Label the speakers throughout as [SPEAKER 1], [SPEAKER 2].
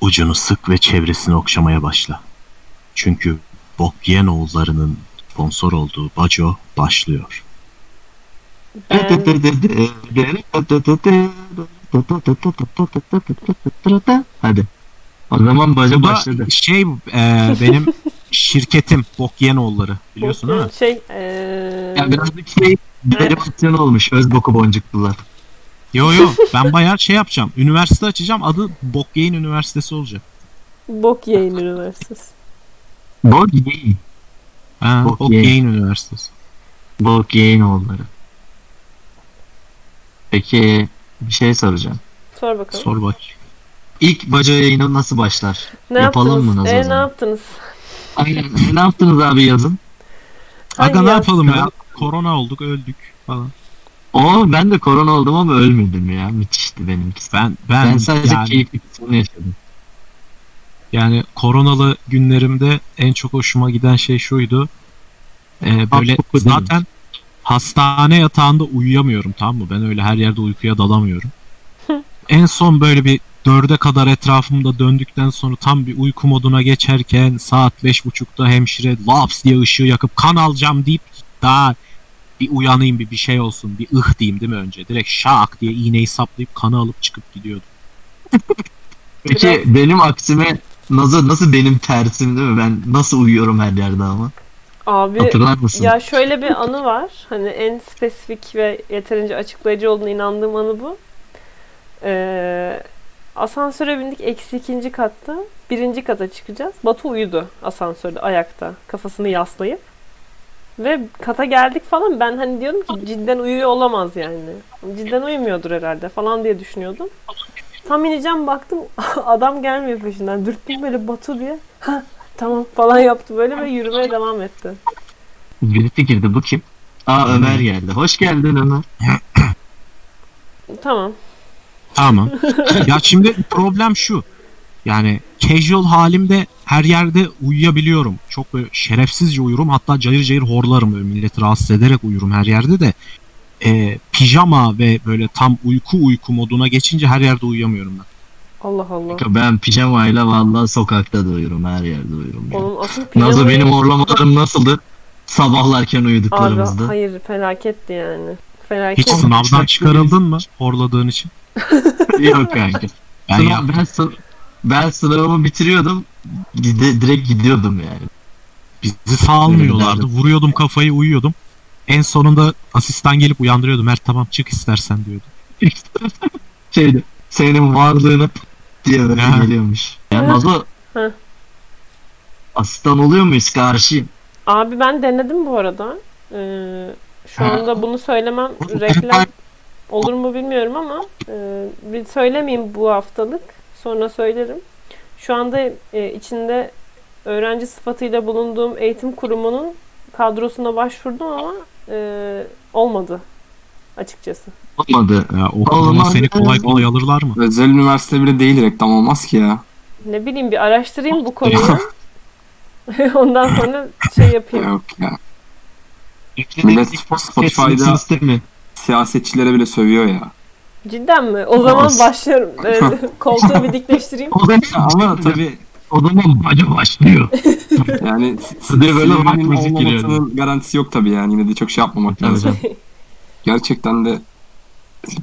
[SPEAKER 1] Ucunu sık ve çevresini okşamaya başla. Çünkü bok yiyen oğullarının sponsor olduğu baco başlıyor.
[SPEAKER 2] Ben
[SPEAKER 3] Hadi. O zaman baca
[SPEAKER 1] Bu da
[SPEAKER 3] başladı.
[SPEAKER 1] şey e, benim şirketim bok yiyen oğulları biliyorsun değil mi?
[SPEAKER 2] şey eee
[SPEAKER 3] Ya birazcık şey derivatyon olmuş. Öz boku boncuklular.
[SPEAKER 1] Yo yo ben bayağı şey yapacağım. Üniversite açacağım adı bok yiyen üniversitesi olacak.
[SPEAKER 2] bok yayın üniversitesi.
[SPEAKER 3] Bok yiyin.
[SPEAKER 1] Ha,
[SPEAKER 3] Bok
[SPEAKER 1] bok
[SPEAKER 3] yiyen.
[SPEAKER 1] yiyen üniversitesi.
[SPEAKER 3] Bok yiyin oğulları. Peki bir şey soracağım.
[SPEAKER 2] Sor bakalım.
[SPEAKER 1] Sor bak.
[SPEAKER 3] İlk baca yayını nasıl başlar?
[SPEAKER 2] ne
[SPEAKER 3] yapalım
[SPEAKER 2] yaptınız?
[SPEAKER 3] mı Naz o
[SPEAKER 2] E, ne
[SPEAKER 3] zaman?
[SPEAKER 2] yaptınız?
[SPEAKER 3] Aynen. ne yaptınız abi yazın?
[SPEAKER 1] Aga
[SPEAKER 2] Hangi
[SPEAKER 1] ne
[SPEAKER 2] yaz?
[SPEAKER 1] yapalım ya? Korona olduk öldük falan.
[SPEAKER 3] Oo ben de korona oldum ama ölmedim ya. Müthişti benimkisi.
[SPEAKER 1] Ben
[SPEAKER 3] Ben,
[SPEAKER 1] ben,
[SPEAKER 3] sadece
[SPEAKER 1] yani,
[SPEAKER 3] keyifli bir sonu yaşadım.
[SPEAKER 1] yani koronalı günlerimde en çok hoşuma giden şey şuydu. Ee, böyle
[SPEAKER 3] koku değil mi?
[SPEAKER 1] zaten hastane yatağında uyuyamıyorum tamam mı? Ben öyle her yerde uykuya dalamıyorum. en son böyle bir dörde kadar etrafımda döndükten sonra tam bir uyku moduna geçerken saat beş buçukta hemşire laps diye ışığı yakıp kan alacağım deyip daha bir uyanayım bir bir şey olsun bir ıh diyeyim değil mi önce? Direkt şak diye iğneyi saplayıp kanı alıp çıkıp gidiyordu.
[SPEAKER 3] Peki
[SPEAKER 2] Biraz-
[SPEAKER 3] benim aksime nasıl, nasıl benim tersim değil mi? Ben nasıl uyuyorum her yerde ama.
[SPEAKER 2] Abi
[SPEAKER 3] Hatırlar mısın?
[SPEAKER 2] ya şöyle bir anı var. Hani en spesifik ve yeterince açıklayıcı olduğuna inandığım anı bu. Ee, asansöre bindik eksi ikinci katta. Birinci kata çıkacağız. Batu uyudu asansörde ayakta. Kafasını yaslayıp. Ve kata geldik falan. Ben hani diyorum ki cidden uyuyor olamaz yani. Cidden uyumuyordur herhalde falan diye düşünüyordum. Tam ineceğim baktım adam gelmiyor peşinden. Dürttüm böyle Batu diye. Ha tamam falan yaptı böyle ve yürümeye devam etti.
[SPEAKER 3] Birisi girdi bu kim? Aa Ömer geldi. Hoş geldin Ömer.
[SPEAKER 2] Tamam.
[SPEAKER 1] Tamam. ya şimdi problem şu. Yani casual halimde her yerde uyuyabiliyorum. Çok böyle şerefsizce uyurum. Hatta cayır cayır horlarım. Böyle milleti rahatsız ederek uyurum her yerde de. Ee, pijama ve böyle tam uyku uyku moduna geçince her yerde uyuyamıyorum ben.
[SPEAKER 2] Allah Allah.
[SPEAKER 3] Ben pijamayla vallahi sokakta da uyurum. Her yerde uyurum. ya.
[SPEAKER 2] Onun asıl planı...
[SPEAKER 3] Nazo benim horlamalarım nasıldı? Sabahlarken
[SPEAKER 2] Abi
[SPEAKER 3] uyuduklarımızda.
[SPEAKER 2] hayır felaketti yani. Felaket.
[SPEAKER 1] Hiç
[SPEAKER 3] Oğlum,
[SPEAKER 1] sınavdan
[SPEAKER 3] çok
[SPEAKER 1] çıkarıldın mı horladığın için?
[SPEAKER 3] Yok kanka.
[SPEAKER 1] Ben
[SPEAKER 3] Sınav-
[SPEAKER 1] ya
[SPEAKER 3] ben, sı- ben sınavımı bitiriyordum. Gide- direkt gidiyordum yani.
[SPEAKER 1] bizi salmıyorlardı. Vuruyordum kafayı uyuyordum. En sonunda asistan gelip uyandırıyordu. Mert tamam çık istersen diyordu.
[SPEAKER 3] Şeydi. Senin varlığını diye böyle
[SPEAKER 1] Ha.
[SPEAKER 3] geliyormuş. Ya Nazo.
[SPEAKER 2] Ha.
[SPEAKER 3] Asistan oluyor muyuz? Karşıyım.
[SPEAKER 2] Abi ben denedim bu arada. Ee, şu
[SPEAKER 3] Ha.
[SPEAKER 2] anda bunu söylemem reklam olur mu bilmiyorum ama e, bir söylemeyeyim bu haftalık. Sonra söylerim. Şu anda e, içinde öğrenci sıfatıyla bulunduğum eğitim kurumunun kadrosuna başvurdum ama e, olmadı açıkçası.
[SPEAKER 3] Olmadı.
[SPEAKER 1] Ya, o kuruma
[SPEAKER 3] Olmaz.
[SPEAKER 1] seni kolay kolay alırlar mı?
[SPEAKER 4] Özel üniversite bile değil reklam olmaz ki ya.
[SPEAKER 2] Ne bileyim bir araştırayım bu konuyu. Ondan sonra şey yapayım.
[SPEAKER 4] Yok ya. Millet Spotify'da
[SPEAKER 3] Sistemi.
[SPEAKER 4] siyasetçilere bile sövüyor ya.
[SPEAKER 2] Cidden mi? O zaman
[SPEAKER 4] Olsun.
[SPEAKER 2] başlarım. Ee, koltuğu bir dikleştireyim.
[SPEAKER 3] O zaman,
[SPEAKER 4] Ama tabii
[SPEAKER 3] o zaman baca başlıyor.
[SPEAKER 4] yani s-
[SPEAKER 3] Sıraya böyle rock
[SPEAKER 4] sinirinin
[SPEAKER 3] müzik giriyor.
[SPEAKER 4] olmamasının garantisi yok tabii yani. Yine de çok şey yapmamak
[SPEAKER 3] Tabii
[SPEAKER 4] lazım. Gerçekten de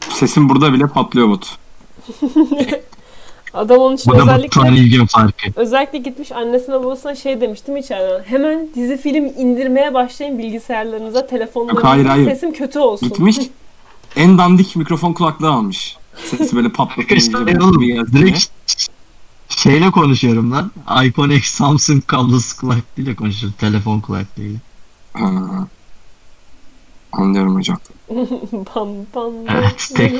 [SPEAKER 4] sesim burada bile patlıyor bot.
[SPEAKER 2] Adam onun için
[SPEAKER 3] Bu da
[SPEAKER 2] özellikle
[SPEAKER 3] Batuhan ilgin farkı.
[SPEAKER 2] özellikle gitmiş annesine babasına şey demiştim içeriden. Hemen dizi film indirmeye başlayın bilgisayarlarınıza, telefonlarınıza.
[SPEAKER 4] Hayır, hayır.
[SPEAKER 2] Sesim kötü olsun.
[SPEAKER 4] Gitmiş en dandik mikrofon kulaklığı almış. Sesi böyle patlatınca
[SPEAKER 3] Arkadaşlar ben
[SPEAKER 4] bir
[SPEAKER 3] oğlum
[SPEAKER 4] geldi diye.
[SPEAKER 3] direkt şeyle konuşuyorum lan. iPhone X Samsung kablosu kulaklığıyla konuşuyorum. Telefon kulaklığıyla.
[SPEAKER 4] Ha. Anlıyorum hocam.
[SPEAKER 2] pam pam.
[SPEAKER 3] Evet, tek.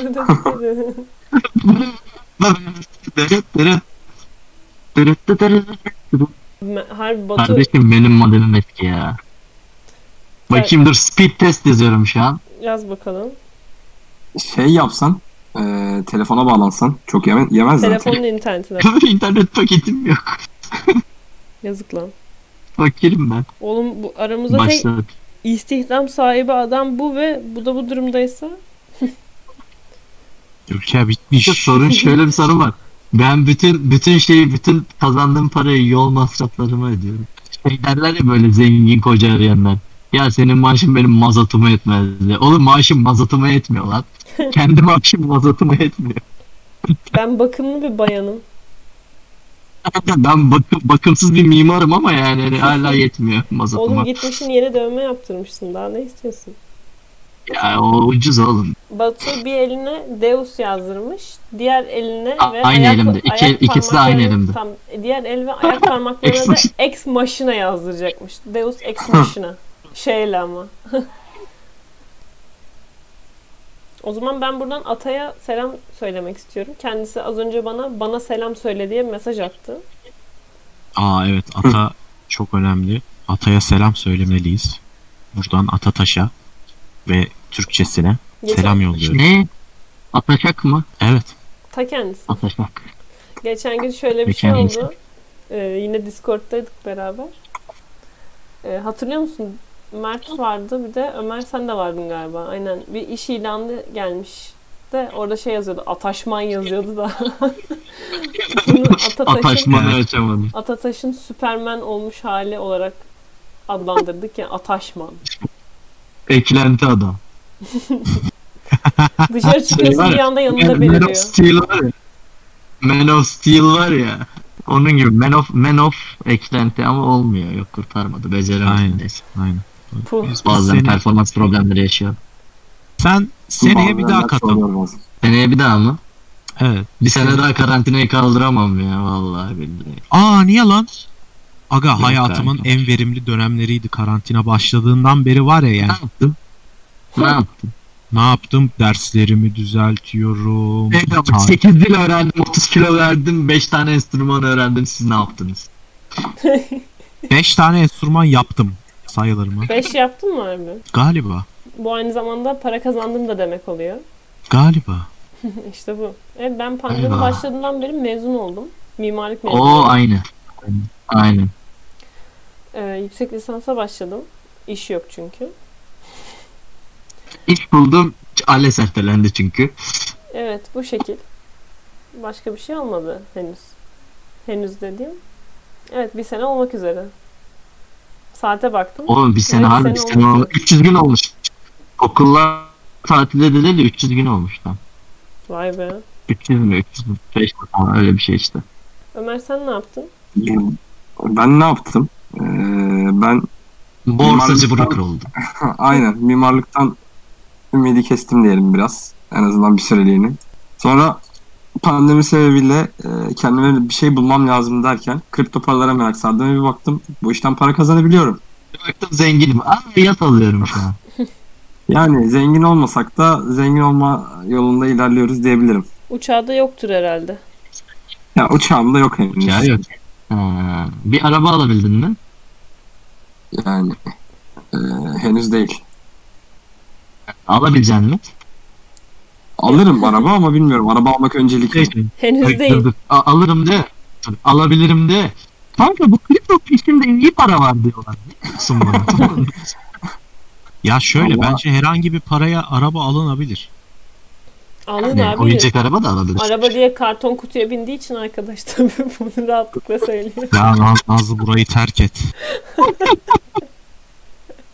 [SPEAKER 2] Harbi Batu
[SPEAKER 3] Kardeşim benim modelim eski ya. Bakayım dur speed test yazıyorum şu an.
[SPEAKER 2] yaz bakalım.
[SPEAKER 4] Şey yapsan, e, telefona bağlansan çok yeme- yemez zaten.
[SPEAKER 2] Telefonun internetine.
[SPEAKER 3] İnternet paketim yok.
[SPEAKER 2] Yazık lan.
[SPEAKER 3] Fakirim ben.
[SPEAKER 2] Oğlum bu aramızda tek
[SPEAKER 3] Başladık.
[SPEAKER 2] istihdam sahibi adam bu ve bu da bu durumdaysa
[SPEAKER 1] Ülke bitmiş.
[SPEAKER 3] şey Sorun şöyle bir sorun var. Ben bütün bütün şeyi bütün kazandığım parayı yol masraflarıma ödüyorum. Şey derler ya böyle zengin koca arayanlar. Ya senin maaşın benim mazotumu yetmez diye. Oğlum maaşım mazotumu yetmiyor lan. Kendi maaşım mazotumu yetmiyor.
[SPEAKER 2] Ben bakımlı bir bayanım.
[SPEAKER 3] Ben bakım, bakımsız bir mimarım ama yani hani hala yetmiyor mazotuma.
[SPEAKER 2] Oğlum gitmişsin yeni dövme yaptırmışsın. Daha ne istiyorsun?
[SPEAKER 3] Ya o ucuz oğlum.
[SPEAKER 2] Batu bir eline Deus yazdırmış. Diğer eline
[SPEAKER 3] A-
[SPEAKER 2] ve
[SPEAKER 3] aynı
[SPEAKER 2] ayak,
[SPEAKER 3] elimde. İki-
[SPEAKER 2] ayak
[SPEAKER 3] ikisi de aynı
[SPEAKER 2] parmakları-
[SPEAKER 3] elimde.
[SPEAKER 2] Tam, diğer el ve ayak parmaklarına
[SPEAKER 3] Ex
[SPEAKER 2] da
[SPEAKER 3] machina.
[SPEAKER 2] ex machina yazdıracakmış. Deus ex machina. Şeyle ama. o zaman ben buradan Atay'a selam söylemek istiyorum. Kendisi az önce bana bana selam söyle diye mesaj attı.
[SPEAKER 1] Aa evet ata çok önemli. Ataya selam söylemeliyiz. Buradan Atataş'a ve Türkçesine
[SPEAKER 2] Geçen,
[SPEAKER 1] selam yolluyorum.
[SPEAKER 3] Ne? Ataşak mı?
[SPEAKER 1] Evet.
[SPEAKER 2] ta kendisi.
[SPEAKER 3] Ataşak.
[SPEAKER 2] Geçen gün şöyle bir
[SPEAKER 1] Geçen
[SPEAKER 2] şey
[SPEAKER 1] gün
[SPEAKER 2] oldu. Ee, yine Discord'daydık beraber. Ee, hatırlıyor musun? Mert vardı bir de Ömer sen de vardın galiba. Aynen bir iş ilanı gelmiş de orada şey yazıyordu. Ataşman yazıyordu da. Bunu Atataş'ın,
[SPEAKER 3] Ataşmanı
[SPEAKER 1] Evet.
[SPEAKER 3] açamadım.
[SPEAKER 2] Atataş'ın Superman olmuş hali olarak adlandırdık ya Ataşman.
[SPEAKER 3] Eklenti adam.
[SPEAKER 2] Dışarı çıkıyorsun bir anda yanında
[SPEAKER 3] Man of
[SPEAKER 2] beliriyor.
[SPEAKER 3] Steel var ya. Man of Steel var ya. Onun gibi Man of, Man of eklenti ama olmuyor. Yok kurtarmadı. Beceremedi.
[SPEAKER 1] Aynen.
[SPEAKER 3] neyse.
[SPEAKER 1] Aynen.
[SPEAKER 2] Puh.
[SPEAKER 1] Biz
[SPEAKER 3] Bazen
[SPEAKER 1] seni-
[SPEAKER 3] performans problemleri yaşıyor.
[SPEAKER 1] sen seneye bir daha katıl.
[SPEAKER 3] Seneye bir daha mı?
[SPEAKER 1] Evet.
[SPEAKER 3] Bir sene daha karantinayı kaldıramam ya vallahi billahi.
[SPEAKER 1] Aa niye lan? Aga
[SPEAKER 3] Yok
[SPEAKER 1] hayatımın
[SPEAKER 3] kanka.
[SPEAKER 1] en verimli dönemleriydi karantina başladığından beri var ya
[SPEAKER 3] Ne
[SPEAKER 1] yani.
[SPEAKER 3] yaptım? Ne yaptım?
[SPEAKER 1] Ne yaptım? Derslerimi düzeltiyorum.
[SPEAKER 3] Evet, ama
[SPEAKER 1] Tarih-
[SPEAKER 3] 8 dil öğrendim, 30 kilo verdim, 5 tane enstrüman öğrendim. Siz ne yaptınız?
[SPEAKER 1] Beş tane enstrüman yaptım sayılır mı?
[SPEAKER 2] Beş yaptın mı abi?
[SPEAKER 1] Galiba.
[SPEAKER 2] Bu aynı zamanda para kazandım da demek oluyor.
[SPEAKER 1] Galiba.
[SPEAKER 2] İşte bu. Evet ben pandemi
[SPEAKER 3] Eyvah.
[SPEAKER 2] başladığından beri mezun oldum. Mimarlık mezunu.
[SPEAKER 3] Oo aynı. Aynen.
[SPEAKER 2] Ee, yüksek lisansa başladım. İş yok çünkü.
[SPEAKER 3] İlk buldum. ALES ertelendi çünkü.
[SPEAKER 2] Evet bu şekil. Başka bir şey olmadı henüz. Henüz dediğim. Evet bir sene olmak üzere. Saate baktım.
[SPEAKER 3] Oğlum bir sene
[SPEAKER 2] Evet,
[SPEAKER 3] harbi bir
[SPEAKER 2] sene
[SPEAKER 3] sene
[SPEAKER 2] olmuş.
[SPEAKER 3] olmuş. 300 gün olmuş. Okullar tatilde de değil de 300 gün olmuş tam.
[SPEAKER 2] Vay be.
[SPEAKER 3] 300 mü 300 mü? 5 mi falan öyle bir şey işte.
[SPEAKER 2] Ömer sen ne yaptın?
[SPEAKER 4] Ben ne yaptım? Ee, ben
[SPEAKER 3] Borsacı
[SPEAKER 4] Mimarlık-
[SPEAKER 3] broker oldu.
[SPEAKER 4] ha, aynen mimarlıktan ümidi kestim diyelim biraz. En azından bir süreliğine. Sonra pandemi sebebiyle e, kendime bir şey bulmam lazım derken kripto paralara merak sardım ve bir baktım bu işten para kazanabiliyorum.
[SPEAKER 3] Baktım zenginim. Aa yat alıyorum şu an.
[SPEAKER 4] Yani zengin olmasak da zengin olma yolunda ilerliyoruz diyebilirim.
[SPEAKER 2] Uçağda yoktur herhalde.
[SPEAKER 4] Ya uçağım da yok henüz.
[SPEAKER 3] Ya yok. Ha, bir araba alabildin mi?
[SPEAKER 4] Yani e, henüz değil.
[SPEAKER 3] Alabilecek mi?
[SPEAKER 4] Alırım araba ama bilmiyorum. Araba almak öncelikli.
[SPEAKER 2] Henüz değil.
[SPEAKER 3] A- alırım de. Dur, Alabilirim de. Kanka bu kripto peşinde iyi para var diyorlar. Ne diyorsun bana?
[SPEAKER 1] Ya şöyle
[SPEAKER 4] Ama-
[SPEAKER 1] bence herhangi bir paraya araba alınabilir.
[SPEAKER 2] Alın
[SPEAKER 3] Yani
[SPEAKER 2] abi.
[SPEAKER 3] Oyuncak araba da alabilir.
[SPEAKER 2] Araba diye karton kutuya bindiği için arkadaş tabii bunu rahatlıkla söylüyor.
[SPEAKER 1] Ya Naz- Nazlı burayı terk et.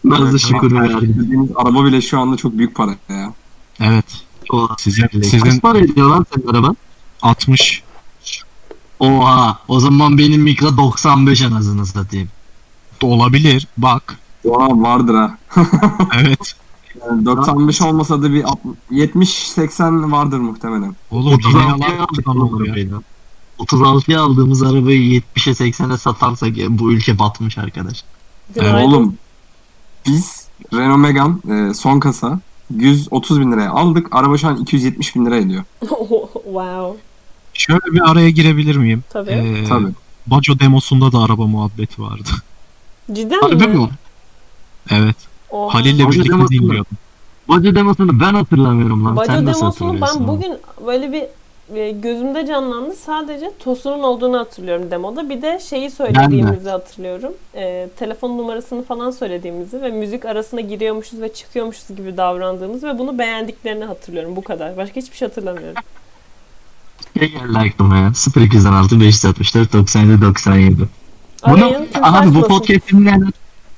[SPEAKER 3] Nazlı şükür verdi.
[SPEAKER 4] Dediğiniz araba bile şu anda çok büyük para ya.
[SPEAKER 1] Evet.
[SPEAKER 3] Oha.
[SPEAKER 1] Sizin,
[SPEAKER 3] Kaç
[SPEAKER 1] sizin
[SPEAKER 3] para ediyor lan senin araban?
[SPEAKER 1] 60
[SPEAKER 3] Oha. O zaman benim mikro 95 anasını satayım.
[SPEAKER 1] olabilir. Bak.
[SPEAKER 4] Valla vardır ha.
[SPEAKER 1] Evet.
[SPEAKER 4] Yani 95 olmasa da bir 70-80 vardır muhtemelen.
[SPEAKER 1] Oğlum yeni
[SPEAKER 3] 36'ya
[SPEAKER 1] alan kullanılır ya.
[SPEAKER 3] aldığımız, 36'ya aldığımız arabayı 70'e 80'e satarsak ya bu ülke batmış arkadaş.
[SPEAKER 2] Günaydın.
[SPEAKER 4] Oğlum biz Renault Megane e, son kasa 130 bin liraya aldık. Araba şu an 270 bin lira ediyor.
[SPEAKER 2] wow.
[SPEAKER 1] Şöyle bir araya girebilir miyim?
[SPEAKER 2] Tabii.
[SPEAKER 1] Ee,
[SPEAKER 4] Tabii.
[SPEAKER 1] Baco demosunda da araba muhabbeti vardı.
[SPEAKER 2] Cidden
[SPEAKER 3] Harbi
[SPEAKER 2] mi?
[SPEAKER 3] mi?
[SPEAKER 1] Evet.
[SPEAKER 2] Oha.
[SPEAKER 1] Halil'le
[SPEAKER 3] Baco
[SPEAKER 1] birlikte
[SPEAKER 3] demosunda.
[SPEAKER 1] dinliyordum.
[SPEAKER 3] Baco demosunu ben hatırlamıyorum lan.
[SPEAKER 2] Baco
[SPEAKER 3] Sen nasıl
[SPEAKER 2] demosunu
[SPEAKER 3] hatırlıyorsun?
[SPEAKER 2] ben bugün böyle bir e, gözümde canlandı. Sadece Tosun'un olduğunu hatırlıyorum demoda. Bir de şeyi söylediğimizi hatırlıyorum. E, telefon numarasını falan söylediğimizi ve müzik arasına giriyormuşuz ve çıkıyormuşuz gibi davrandığımız ve bunu beğendiklerini hatırlıyorum. Bu kadar. Başka hiçbir şey hatırlamıyorum.
[SPEAKER 3] Şey geldi aklıma ya. 0216 564 97 97. Bunu,
[SPEAKER 2] Arayan kimse
[SPEAKER 3] abi bu
[SPEAKER 2] açmasın.
[SPEAKER 3] podcast dinleyenler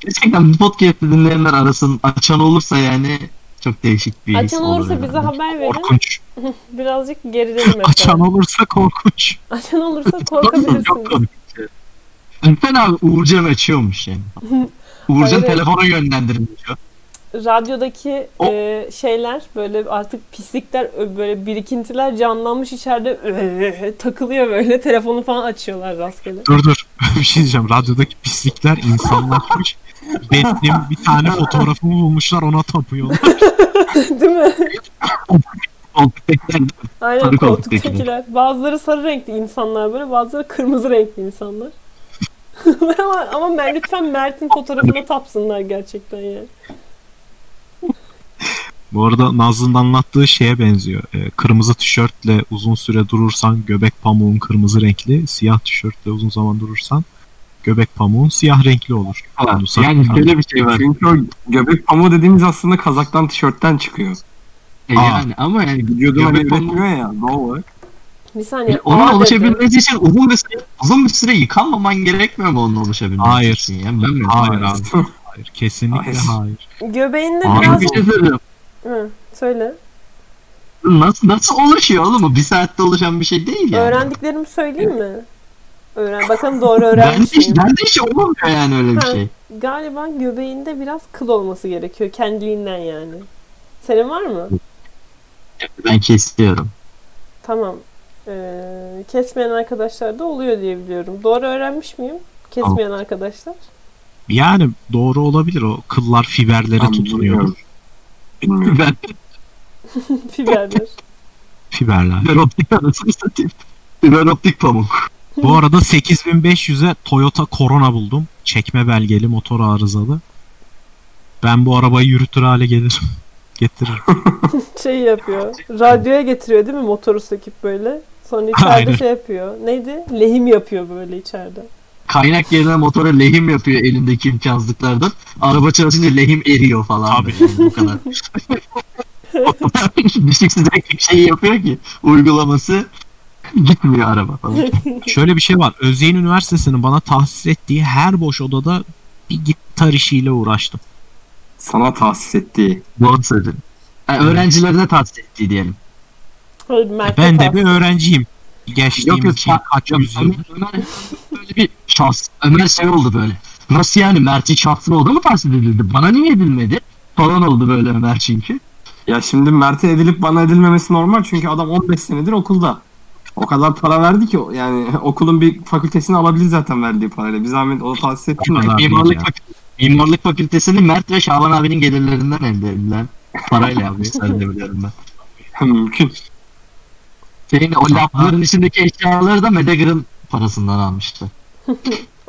[SPEAKER 3] gerçekten bu podcast dinleyenler arasın açan olursa yani çok değişik bir his
[SPEAKER 2] Açan
[SPEAKER 3] olur
[SPEAKER 2] olursa
[SPEAKER 3] yani.
[SPEAKER 2] bize haber verin.
[SPEAKER 1] Korkunç.
[SPEAKER 2] Birazcık gerilelim efendim.
[SPEAKER 1] Açan olursa korkunç.
[SPEAKER 2] Açan olursa
[SPEAKER 3] Çok
[SPEAKER 2] korkabilirsiniz.
[SPEAKER 3] komik. Alper abi Uğurcan açıyormuş yani. Uğurcan
[SPEAKER 2] Hayır.
[SPEAKER 3] telefona yönlendiriliyor.
[SPEAKER 2] Radyodaki
[SPEAKER 3] O-
[SPEAKER 2] e, şeyler böyle artık pislikler ö- böyle birikintiler canlanmış içeride ö- takılıyor böyle telefonu falan açıyorlar rastgele.
[SPEAKER 1] Dur dur. bir şey diyeceğim. Radyodaki pislikler insanlaşmış. Benim bir tane fotoğrafımı bulmuşlar ona tapıyorlar.
[SPEAKER 2] Değil mi?
[SPEAKER 3] Koltuktakiler
[SPEAKER 2] Aynen
[SPEAKER 3] Sarı
[SPEAKER 2] koltuktakiler. Bazıları sarı renkli insanlar böyle bazıları kırmızı renkli insanlar. ama ama Mer- lütfen Mert'in
[SPEAKER 3] Hani-
[SPEAKER 2] fotoğrafına tapsınlar gerçekten yani.
[SPEAKER 1] Bu arada Nazlı'nın anlattığı şeye benziyor. Ee, kırmızı tişörtle uzun süre durursan göbek pamuğun kırmızı renkli, siyah tişörtle uzun zaman durursan göbek pamuğun siyah renkli olur.
[SPEAKER 3] falan.
[SPEAKER 1] Bunu sakın-
[SPEAKER 3] Yani şöyle bir şey var.
[SPEAKER 4] Çünkü o göbek pamuğu dediğimiz aslında kazaktan tişörtten çıkıyor.
[SPEAKER 3] E yani ama yani
[SPEAKER 4] Vücudum hani
[SPEAKER 3] göbek pamuğu-
[SPEAKER 4] üretmiyor ya doğal olarak.
[SPEAKER 2] Bir saniye.
[SPEAKER 3] E, Ona
[SPEAKER 2] Aa dedi.
[SPEAKER 3] alışabilmesi için uzun bir süre, uzun bir süre yıkanmaman gerekmiyor mu onun alışabilmesi
[SPEAKER 1] Hayır.
[SPEAKER 3] için? ya? Ben mi?
[SPEAKER 1] Hayır abi. Hayır. Kesinlikle
[SPEAKER 4] Hayır.
[SPEAKER 1] hayır.
[SPEAKER 2] Göbeğinde
[SPEAKER 1] Abi
[SPEAKER 2] biraz...
[SPEAKER 3] Çünkü bir şey söyleyeyim.
[SPEAKER 2] Hı, söyle.
[SPEAKER 3] Nasıl, nasıl oluşuyor oğlum? o? Bir saatte oluşan bir şey değil yani.
[SPEAKER 2] Öğrendiklerimi söyleyeyim mi? Öğren. Bakalım doğru
[SPEAKER 3] Ben de,
[SPEAKER 2] öğrenmiş miyim?
[SPEAKER 3] ben de hiç olmuyor yani öyle bir
[SPEAKER 2] Ha.
[SPEAKER 3] şey.
[SPEAKER 2] Galiba göbeğinde biraz kıl olması gerekiyor kendiliğinden yani. Senin var mı?
[SPEAKER 3] Ben kesiyorum.
[SPEAKER 2] Tamam. Ee, kesmeyen arkadaşlar da oluyor diye biliyorum. Doğru öğrenmiş miyim? Kesmeyen arkadaşlar.
[SPEAKER 1] Yani doğru olabilir o kıllar fiberlere
[SPEAKER 4] Ben
[SPEAKER 1] tutunuyor.
[SPEAKER 4] bilmiyorum. Bilmiyorum.
[SPEAKER 3] Ben
[SPEAKER 2] Fiberler.
[SPEAKER 1] Fiberler.
[SPEAKER 3] fiber optik arasını satayım. Fiber optik pamuk.
[SPEAKER 1] Bu arada 8500'e Toyota Corona buldum. Çekme belgeli motor arızalı. Ben bu arabayı yürütür hale gelirim. Getiririm.
[SPEAKER 2] şey yapıyor. Radyoya getiriyor değil mi motoru söküp böyle. Sonra içeride
[SPEAKER 1] Aynen.
[SPEAKER 2] şey yapıyor. Neydi? Lehim yapıyor böyle içeride.
[SPEAKER 3] Kaynak yerine motora lehim yapıyor elindeki imkansızlıklardan. Araba çalışınca lehim eriyor falan.
[SPEAKER 1] Tabii.
[SPEAKER 3] böyle. Bu kadar. o kadar Düşüksüz bir şey yapıyor ki uygulaması gitmiyor araba falan.
[SPEAKER 1] Şöyle bir şey var. Özyeğin Üniversitesi'nin bana tahsis ettiği her boş odada bir gitar işiyle uğraştım.
[SPEAKER 4] Sana tahsis ettiği.
[SPEAKER 3] Doğru söyledin. Yani öğrencilerine tahsis ettiği diyelim.
[SPEAKER 2] Böyle Mert'e
[SPEAKER 1] ben de
[SPEAKER 2] tas.
[SPEAKER 1] bir öğrenciyim. Geçtiğimiz
[SPEAKER 3] Yok, yok,
[SPEAKER 1] şey, kaç yüzyıl.
[SPEAKER 3] Ömer, Ömer böyle bir şans. Ömer şey oldu böyle. Nasıl yani Mert'in şanslı oldu mu tahsis edildi? Bana niye edilmedi? Falan oldu böyle Ömer çünkü.
[SPEAKER 4] Ya şimdi Mert'e edilip bana edilmemesi normal çünkü adam 15 senedir okulda. O kadar para verdi ki yani okulun bir fakültesini alabilir zaten verdiği parayla. Bir zahmet onu tahsis ettin mi?
[SPEAKER 1] kadar. değil
[SPEAKER 3] Mimarlık,
[SPEAKER 1] ya.
[SPEAKER 3] fakü- Mimarlık fakültesini Mert ve Şaban abinin gelirlerinden elde edilen parayla yapmış. Öyle biliyorum ben.
[SPEAKER 4] Mümkün.
[SPEAKER 3] Şeyin, o lafların içindeki eşyaları da Medegar'ın parasından almıştı.
[SPEAKER 2] O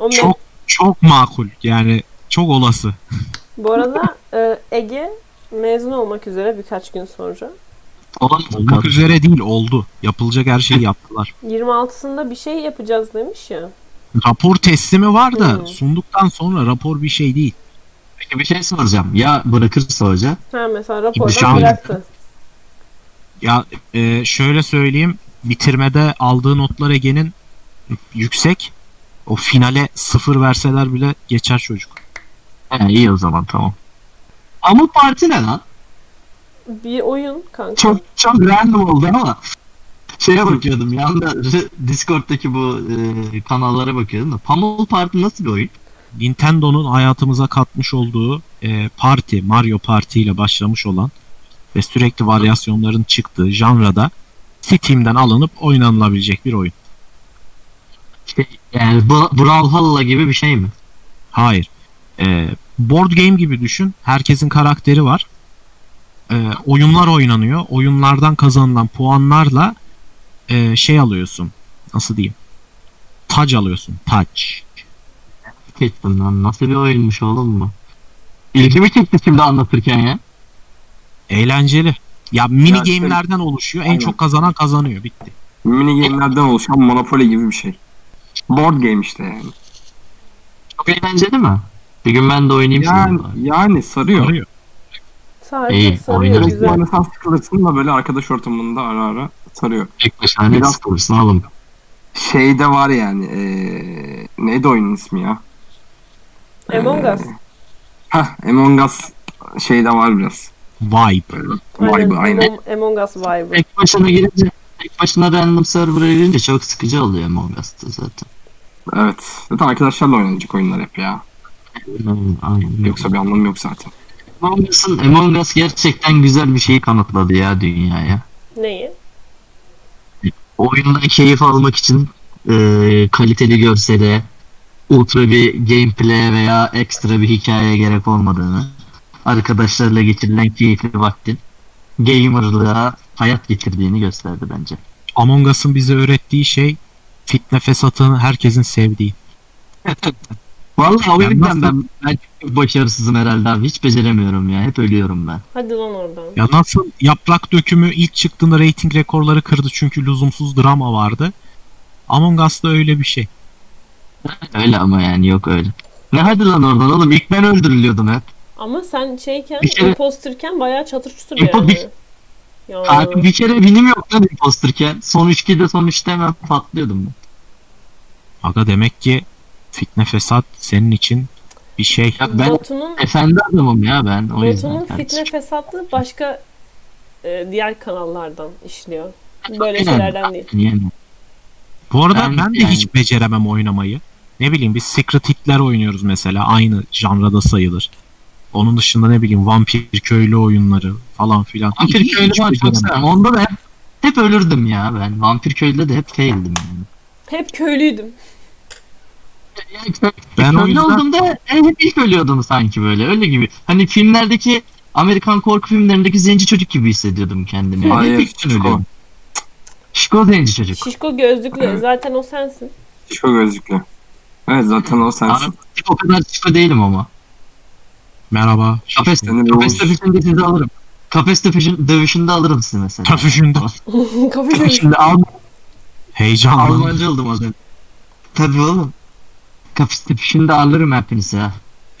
[SPEAKER 2] Mert-
[SPEAKER 1] Çok çok makul. Yani çok olası.
[SPEAKER 2] Bu arada e, Ege mezun olmak üzere birkaç gün sonra.
[SPEAKER 3] Olan
[SPEAKER 1] Olmak üzere değil oldu. Yapılacak her şeyi yaptılar.
[SPEAKER 2] 26'sında bir şey yapacağız demiş ya.
[SPEAKER 1] Rapor teslimi var da
[SPEAKER 2] Hı.
[SPEAKER 1] sunduktan sonra rapor bir şey değil.
[SPEAKER 3] Peki bir şey soracağım. Ya bırakırsa hoca?
[SPEAKER 2] Ha mesela
[SPEAKER 1] Şu
[SPEAKER 2] rapordan
[SPEAKER 1] an-
[SPEAKER 2] bıraktı.
[SPEAKER 1] Ya e, şöyle söyleyeyim. Bitirmede aldığı notlar Ege'nin yüksek. O finale sıfır verseler bile geçer çocuk.
[SPEAKER 3] He iyi o zaman tamam. Ama parti ne lan?
[SPEAKER 2] Bir oyun kanka.
[SPEAKER 3] Çok çok random oldu ama şeye bakıyordum ya anda Discord'daki bu e, kanallara bakıyordum da Pamuk Parti nasıl bir oyun?
[SPEAKER 1] Nintendo'nun hayatımıza katmış olduğu e, parti, Mario Party ile başlamış olan ve sürekli varyasyonların çıktığı janrada Steam'den alınıp oynanılabilecek bir oyun.
[SPEAKER 3] Şey, yani Bra- Brawlhalla gibi bir şey mi?
[SPEAKER 1] Hayır. E, board game gibi düşün. Herkesin karakteri var. E, oyunlar oynanıyor. Oyunlardan kazanılan puanlarla e, şey alıyorsun. Nasıl diyeyim? Taç alıyorsun. Taç.
[SPEAKER 3] Çektim lan nasıl bir oyunmuş oğlum bu? İlgimi çekti şimdi anlatırken ya.
[SPEAKER 1] Eğlenceli. Ya mini
[SPEAKER 4] Ya işte-
[SPEAKER 1] game'lerden oluşuyor. En
[SPEAKER 4] Aynen.
[SPEAKER 1] çok kazanan kazanıyor. Bitti.
[SPEAKER 4] Mini game'lerden oluşan Monopoly gibi bir şey. Board game işte yani.
[SPEAKER 3] Çok eğlenceli mi? Bir gün ben de oynayayım
[SPEAKER 4] Yani,
[SPEAKER 3] şimdi.
[SPEAKER 4] yani sarıyor.
[SPEAKER 1] Sarıyor.
[SPEAKER 2] Sarıyor,
[SPEAKER 3] İyi,
[SPEAKER 2] sarıyor,
[SPEAKER 3] oyun.
[SPEAKER 2] güzel.
[SPEAKER 4] Oynasan sıkılırsın da böyle arkadaş ortamında ara ara sarıyor.
[SPEAKER 3] Tek başına ne
[SPEAKER 4] Biraz-
[SPEAKER 3] sıkılırsın oğlum.
[SPEAKER 4] Şey de var yani. eee neydi oyunun ismi ya?
[SPEAKER 2] Among Us.
[SPEAKER 4] Hah Among Us şey de var biraz.
[SPEAKER 1] Vibe.
[SPEAKER 4] Vibe'ı aynen.
[SPEAKER 2] Among- Among Us vibe'ı.
[SPEAKER 3] Tek başına girince tek başına random server'a girince çok sıkıcı oluyor Among Us'ta zaten.
[SPEAKER 4] Evet. Zaten arkadaşlarla oynanacak oyunlar hep ya.
[SPEAKER 3] Aynen, Aynen.
[SPEAKER 4] Yoksa bir anlamı yok zaten.
[SPEAKER 3] Among Us'ın Among Us gerçekten güzel bir şeyi kanıtladı ya dünyaya.
[SPEAKER 2] Neyi?
[SPEAKER 3] Oyundan keyif almak için eee, kaliteli görsele, ultra bir gameplay veya ekstra bir hikayeye gerek olmadığını, arkadaşlarla geçirilen keyifli vaktin gamerlığa hayat getirdiğini gösterdi bence.
[SPEAKER 1] Among Us'ın bize öğrettiği şey fitne fesatını herkesin sevdiği.
[SPEAKER 3] Vallahi o
[SPEAKER 1] Ya
[SPEAKER 3] yüzden
[SPEAKER 1] nasıl-
[SPEAKER 3] ben, ben çok başarısızım herhalde abi. Hiç beceremiyorum ya. Hep ölüyorum ben.
[SPEAKER 2] Hadi lan oradan.
[SPEAKER 1] Ya nasıl yaprak dökümü ilk çıktığında reyting rekorları kırdı çünkü lüzumsuz drama vardı. Among Us'ta öyle bir şey.
[SPEAKER 3] Öyle ama yani yok öyle. Ne hadi lan oradan oğlum. İlk ben öldürülüyordum hep.
[SPEAKER 2] Ama sen şeyken,
[SPEAKER 3] Bir kere-
[SPEAKER 2] imposterken bayağı çatır çutur
[SPEAKER 3] Yapı
[SPEAKER 2] yani.
[SPEAKER 3] bir-
[SPEAKER 2] Ya.
[SPEAKER 3] Abi bir kere binim yok lan imposterken. Son 3'de son 3'te hemen patlıyordum ben.
[SPEAKER 1] Aga demek ki fitne fesat senin için bir şey.
[SPEAKER 3] Ya ben
[SPEAKER 2] Batu'nun
[SPEAKER 3] efendi adamım ya ben. O
[SPEAKER 2] Batu'nun
[SPEAKER 3] yüzden.
[SPEAKER 2] fitne
[SPEAKER 3] kardeşim.
[SPEAKER 2] fesatlığı başka e, diğer kanallardan işliyor. Böyle
[SPEAKER 3] Aynen.
[SPEAKER 2] şeylerden değil.
[SPEAKER 3] Yani.
[SPEAKER 1] Bu arada ben,
[SPEAKER 3] Ben-
[SPEAKER 1] de
[SPEAKER 3] yani-
[SPEAKER 1] hiç beceremem oynamayı. Ne bileyim biz Secret Hitler oynuyoruz mesela. Aynı janrada sayılır. Onun dışında ne bileyim vampir köylü oyunları falan filan.
[SPEAKER 3] Vampir
[SPEAKER 1] Hiç
[SPEAKER 3] köylü var çok
[SPEAKER 1] beceremem.
[SPEAKER 3] severim. Onda da hep, hep ölürdüm ya ben. Vampir köylüde de hep faildim yani.
[SPEAKER 2] Hep köylüydüm.
[SPEAKER 3] Yani
[SPEAKER 1] Ben o
[SPEAKER 3] Köylü
[SPEAKER 1] yüzden
[SPEAKER 3] olduğumda en hep ilk ölüyordum sanki böyle öyle gibi. Hani filmlerdeki Amerikan korku filmlerindeki zenci çocuk gibi hissediyordum kendimi. Yani
[SPEAKER 4] Hayır,
[SPEAKER 3] hep ilk ben
[SPEAKER 4] Şişko.
[SPEAKER 3] ölüyordum. Şişko zenci çocuk.
[SPEAKER 2] Şişko gözlüklü.
[SPEAKER 4] Evet.
[SPEAKER 2] Zaten o sensin.
[SPEAKER 4] Şişko gözlüklü. Evet zaten o sensin.
[SPEAKER 3] Arap o kadar şişko değilim ama.
[SPEAKER 1] merhaba.
[SPEAKER 3] Kafes,
[SPEAKER 1] şişko.
[SPEAKER 4] Senin
[SPEAKER 3] kafes
[SPEAKER 4] Oğuz.
[SPEAKER 3] dövüşünde sizi alırım. Kafes dövüşü- dövüşünde alırım sizi mesela.
[SPEAKER 1] Dövüşünde.
[SPEAKER 2] Kafa gözlüklü.
[SPEAKER 3] Şimdi Alm-
[SPEAKER 1] Heyecanlandım.
[SPEAKER 3] Almanca oldum az önce. Tabii oğlum. Kafes dövüşünde alırım hepinizi ha.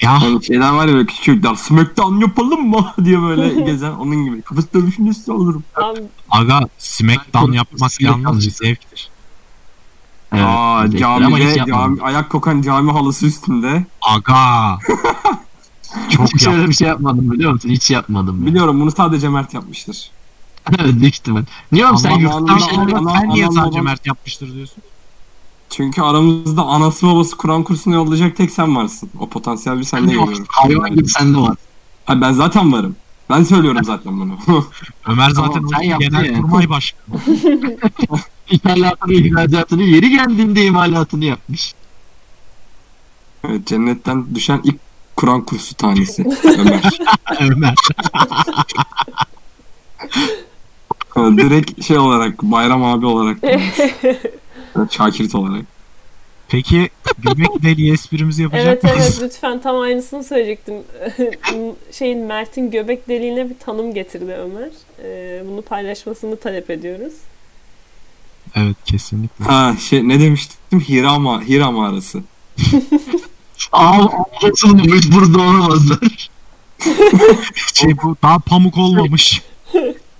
[SPEAKER 1] Ya
[SPEAKER 3] ah.
[SPEAKER 4] Hani şeyler var ya böyle küçükler Smackdown yapalım mı diye böyle gezen onun gibi. Kafes dövüşünü size alırım.
[SPEAKER 2] Abi,
[SPEAKER 1] aga Smackdown yapmak
[SPEAKER 3] Smackdown.
[SPEAKER 1] yalnız bir zevktir.
[SPEAKER 3] Evet,
[SPEAKER 4] Aa
[SPEAKER 3] zevkli ama hiç
[SPEAKER 4] camide
[SPEAKER 3] yapmadım.
[SPEAKER 4] cami, ayak kokan cami halısı üstünde.
[SPEAKER 1] Aga. Çok
[SPEAKER 3] Hiç
[SPEAKER 1] yap.
[SPEAKER 3] öyle bir şey yapmadım biliyor musun? Hiç yapmadım. ya.
[SPEAKER 4] Biliyorum bunu sadece Mert yapmıştır.
[SPEAKER 3] Evet büyük ihtimal. Niye oğlum sen
[SPEAKER 4] Ama-
[SPEAKER 3] yurtta
[SPEAKER 1] Tam
[SPEAKER 3] bir şeyler
[SPEAKER 1] olarak
[SPEAKER 4] Ama-
[SPEAKER 1] sen niye
[SPEAKER 4] ama-
[SPEAKER 1] sadece
[SPEAKER 4] ama-
[SPEAKER 1] Mert yapmıştır diyorsun?
[SPEAKER 4] Çünkü aramızda anası babası Kur'an kursuna yollayacak tek sen varsın. O potansiyel bir sende görüyorum.
[SPEAKER 3] Hayvan gibi sende var.
[SPEAKER 4] Ha, ben zaten varım. Ben söylüyorum zaten bunu.
[SPEAKER 1] Ömer
[SPEAKER 3] Tamam,
[SPEAKER 1] zaten
[SPEAKER 3] sen
[SPEAKER 1] tamam,
[SPEAKER 3] yaptın
[SPEAKER 1] genel
[SPEAKER 3] ya.
[SPEAKER 1] kurmay başkanı.
[SPEAKER 3] İthalatını, ihracatını, yeri geldiğinde imalatını yapmış.
[SPEAKER 4] evet, cennetten düşen ilk Kur'an kursu tanesi Ömer.
[SPEAKER 1] Ömer.
[SPEAKER 4] Ha, Direkt şey olarak Bayram abi olarak Şakirt olarak.
[SPEAKER 1] Peki bilmek deliği esprimizi yapacak
[SPEAKER 2] evet
[SPEAKER 1] mıyız?
[SPEAKER 2] evet lütfen tam aynısını söyleyecektim. Şeyin Mert'in göbek deliğine bir tanım getirdi Ömer. Ee, bunu paylaşmasını talep ediyoruz.
[SPEAKER 1] Evet kesinlikle.
[SPEAKER 4] Ha şey ne demiştim? Hira, ma Hira mağarası.
[SPEAKER 3] Ağam anlatılmamış burada olamazlar.
[SPEAKER 1] Şey bu daha pamuk olmamış.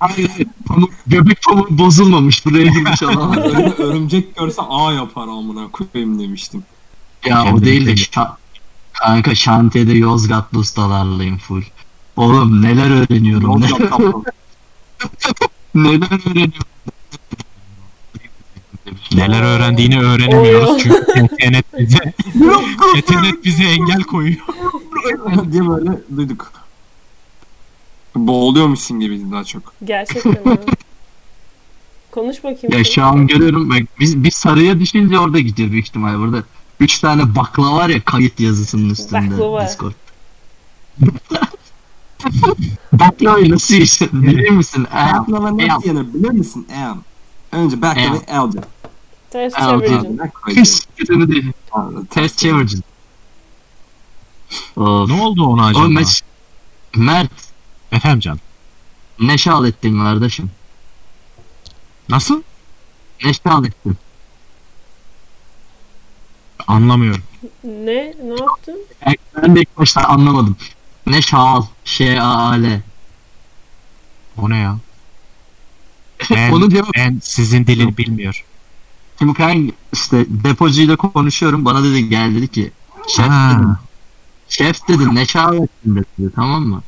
[SPEAKER 3] Hayır, hayır. pamuk, göbek pamuğu bozulmamış. Buraya girmiş
[SPEAKER 4] Ha,
[SPEAKER 3] olamaz.
[SPEAKER 4] örüm- örümcek görse A yapar amına koyayım demiştim.
[SPEAKER 3] ya o
[SPEAKER 1] Kendini
[SPEAKER 3] değil de
[SPEAKER 1] deli.
[SPEAKER 3] şa- kanka şantiyede Yozgatlı ustalarlayım full. Oğlum neler öğreniyorum.
[SPEAKER 4] Yozgat
[SPEAKER 3] neler,
[SPEAKER 4] kapalı.
[SPEAKER 3] neler öğreniyorum.
[SPEAKER 1] Neler öğrendiğini
[SPEAKER 2] Oy.
[SPEAKER 1] öğrenemiyoruz çünkü internet bize internet bize engel koyuyor.
[SPEAKER 4] diye böyle duyduk. Boğuluyormuşsun gibiydi daha çok.
[SPEAKER 2] Gerçekten mi? Konuş bakayım.
[SPEAKER 3] Ya şu an görüyorum bak biz, biz sarıya düşünce orada gidiyor büyük ihtimal burada. Üç tane bakla var ya kayıt yazısının üstünde
[SPEAKER 2] Baklava.
[SPEAKER 3] Discord. bakla nasıl işte bilir misin? Ee,
[SPEAKER 4] Baklava
[SPEAKER 3] el.
[SPEAKER 4] nasıl yenir biliyor musun? El. Önce baklava elde.
[SPEAKER 2] Ters
[SPEAKER 3] Aa, okey.
[SPEAKER 2] çevireceğim.
[SPEAKER 4] Ne koyacağım?
[SPEAKER 3] Pis kötünü değil.
[SPEAKER 4] Aa,
[SPEAKER 3] Ters
[SPEAKER 4] Ters çevir.
[SPEAKER 3] çevireceğim. Of.
[SPEAKER 1] Ne oldu ona acaba?
[SPEAKER 3] Oğlum Mert, Mert
[SPEAKER 1] Efendim can.
[SPEAKER 3] ne şal ettin kardeşim?
[SPEAKER 1] Nasıl?
[SPEAKER 3] Ne şal ettin?
[SPEAKER 1] Anlamıyorum.
[SPEAKER 2] Ne? Ne yaptın?
[SPEAKER 3] Ben- Ben de ilk başta anlamadım. Ne şal? Şey a ale.
[SPEAKER 1] O ne ya? Ben,
[SPEAKER 3] Onun cevabı
[SPEAKER 1] ben sizin dilini bilmiyor.
[SPEAKER 3] Şimdi kanka işte depocuyla konuşuyorum. Bana dedi gel dedi ki şef
[SPEAKER 1] Ha.
[SPEAKER 3] dedim. Şef dedi ne şahlettin dedi tamam mı?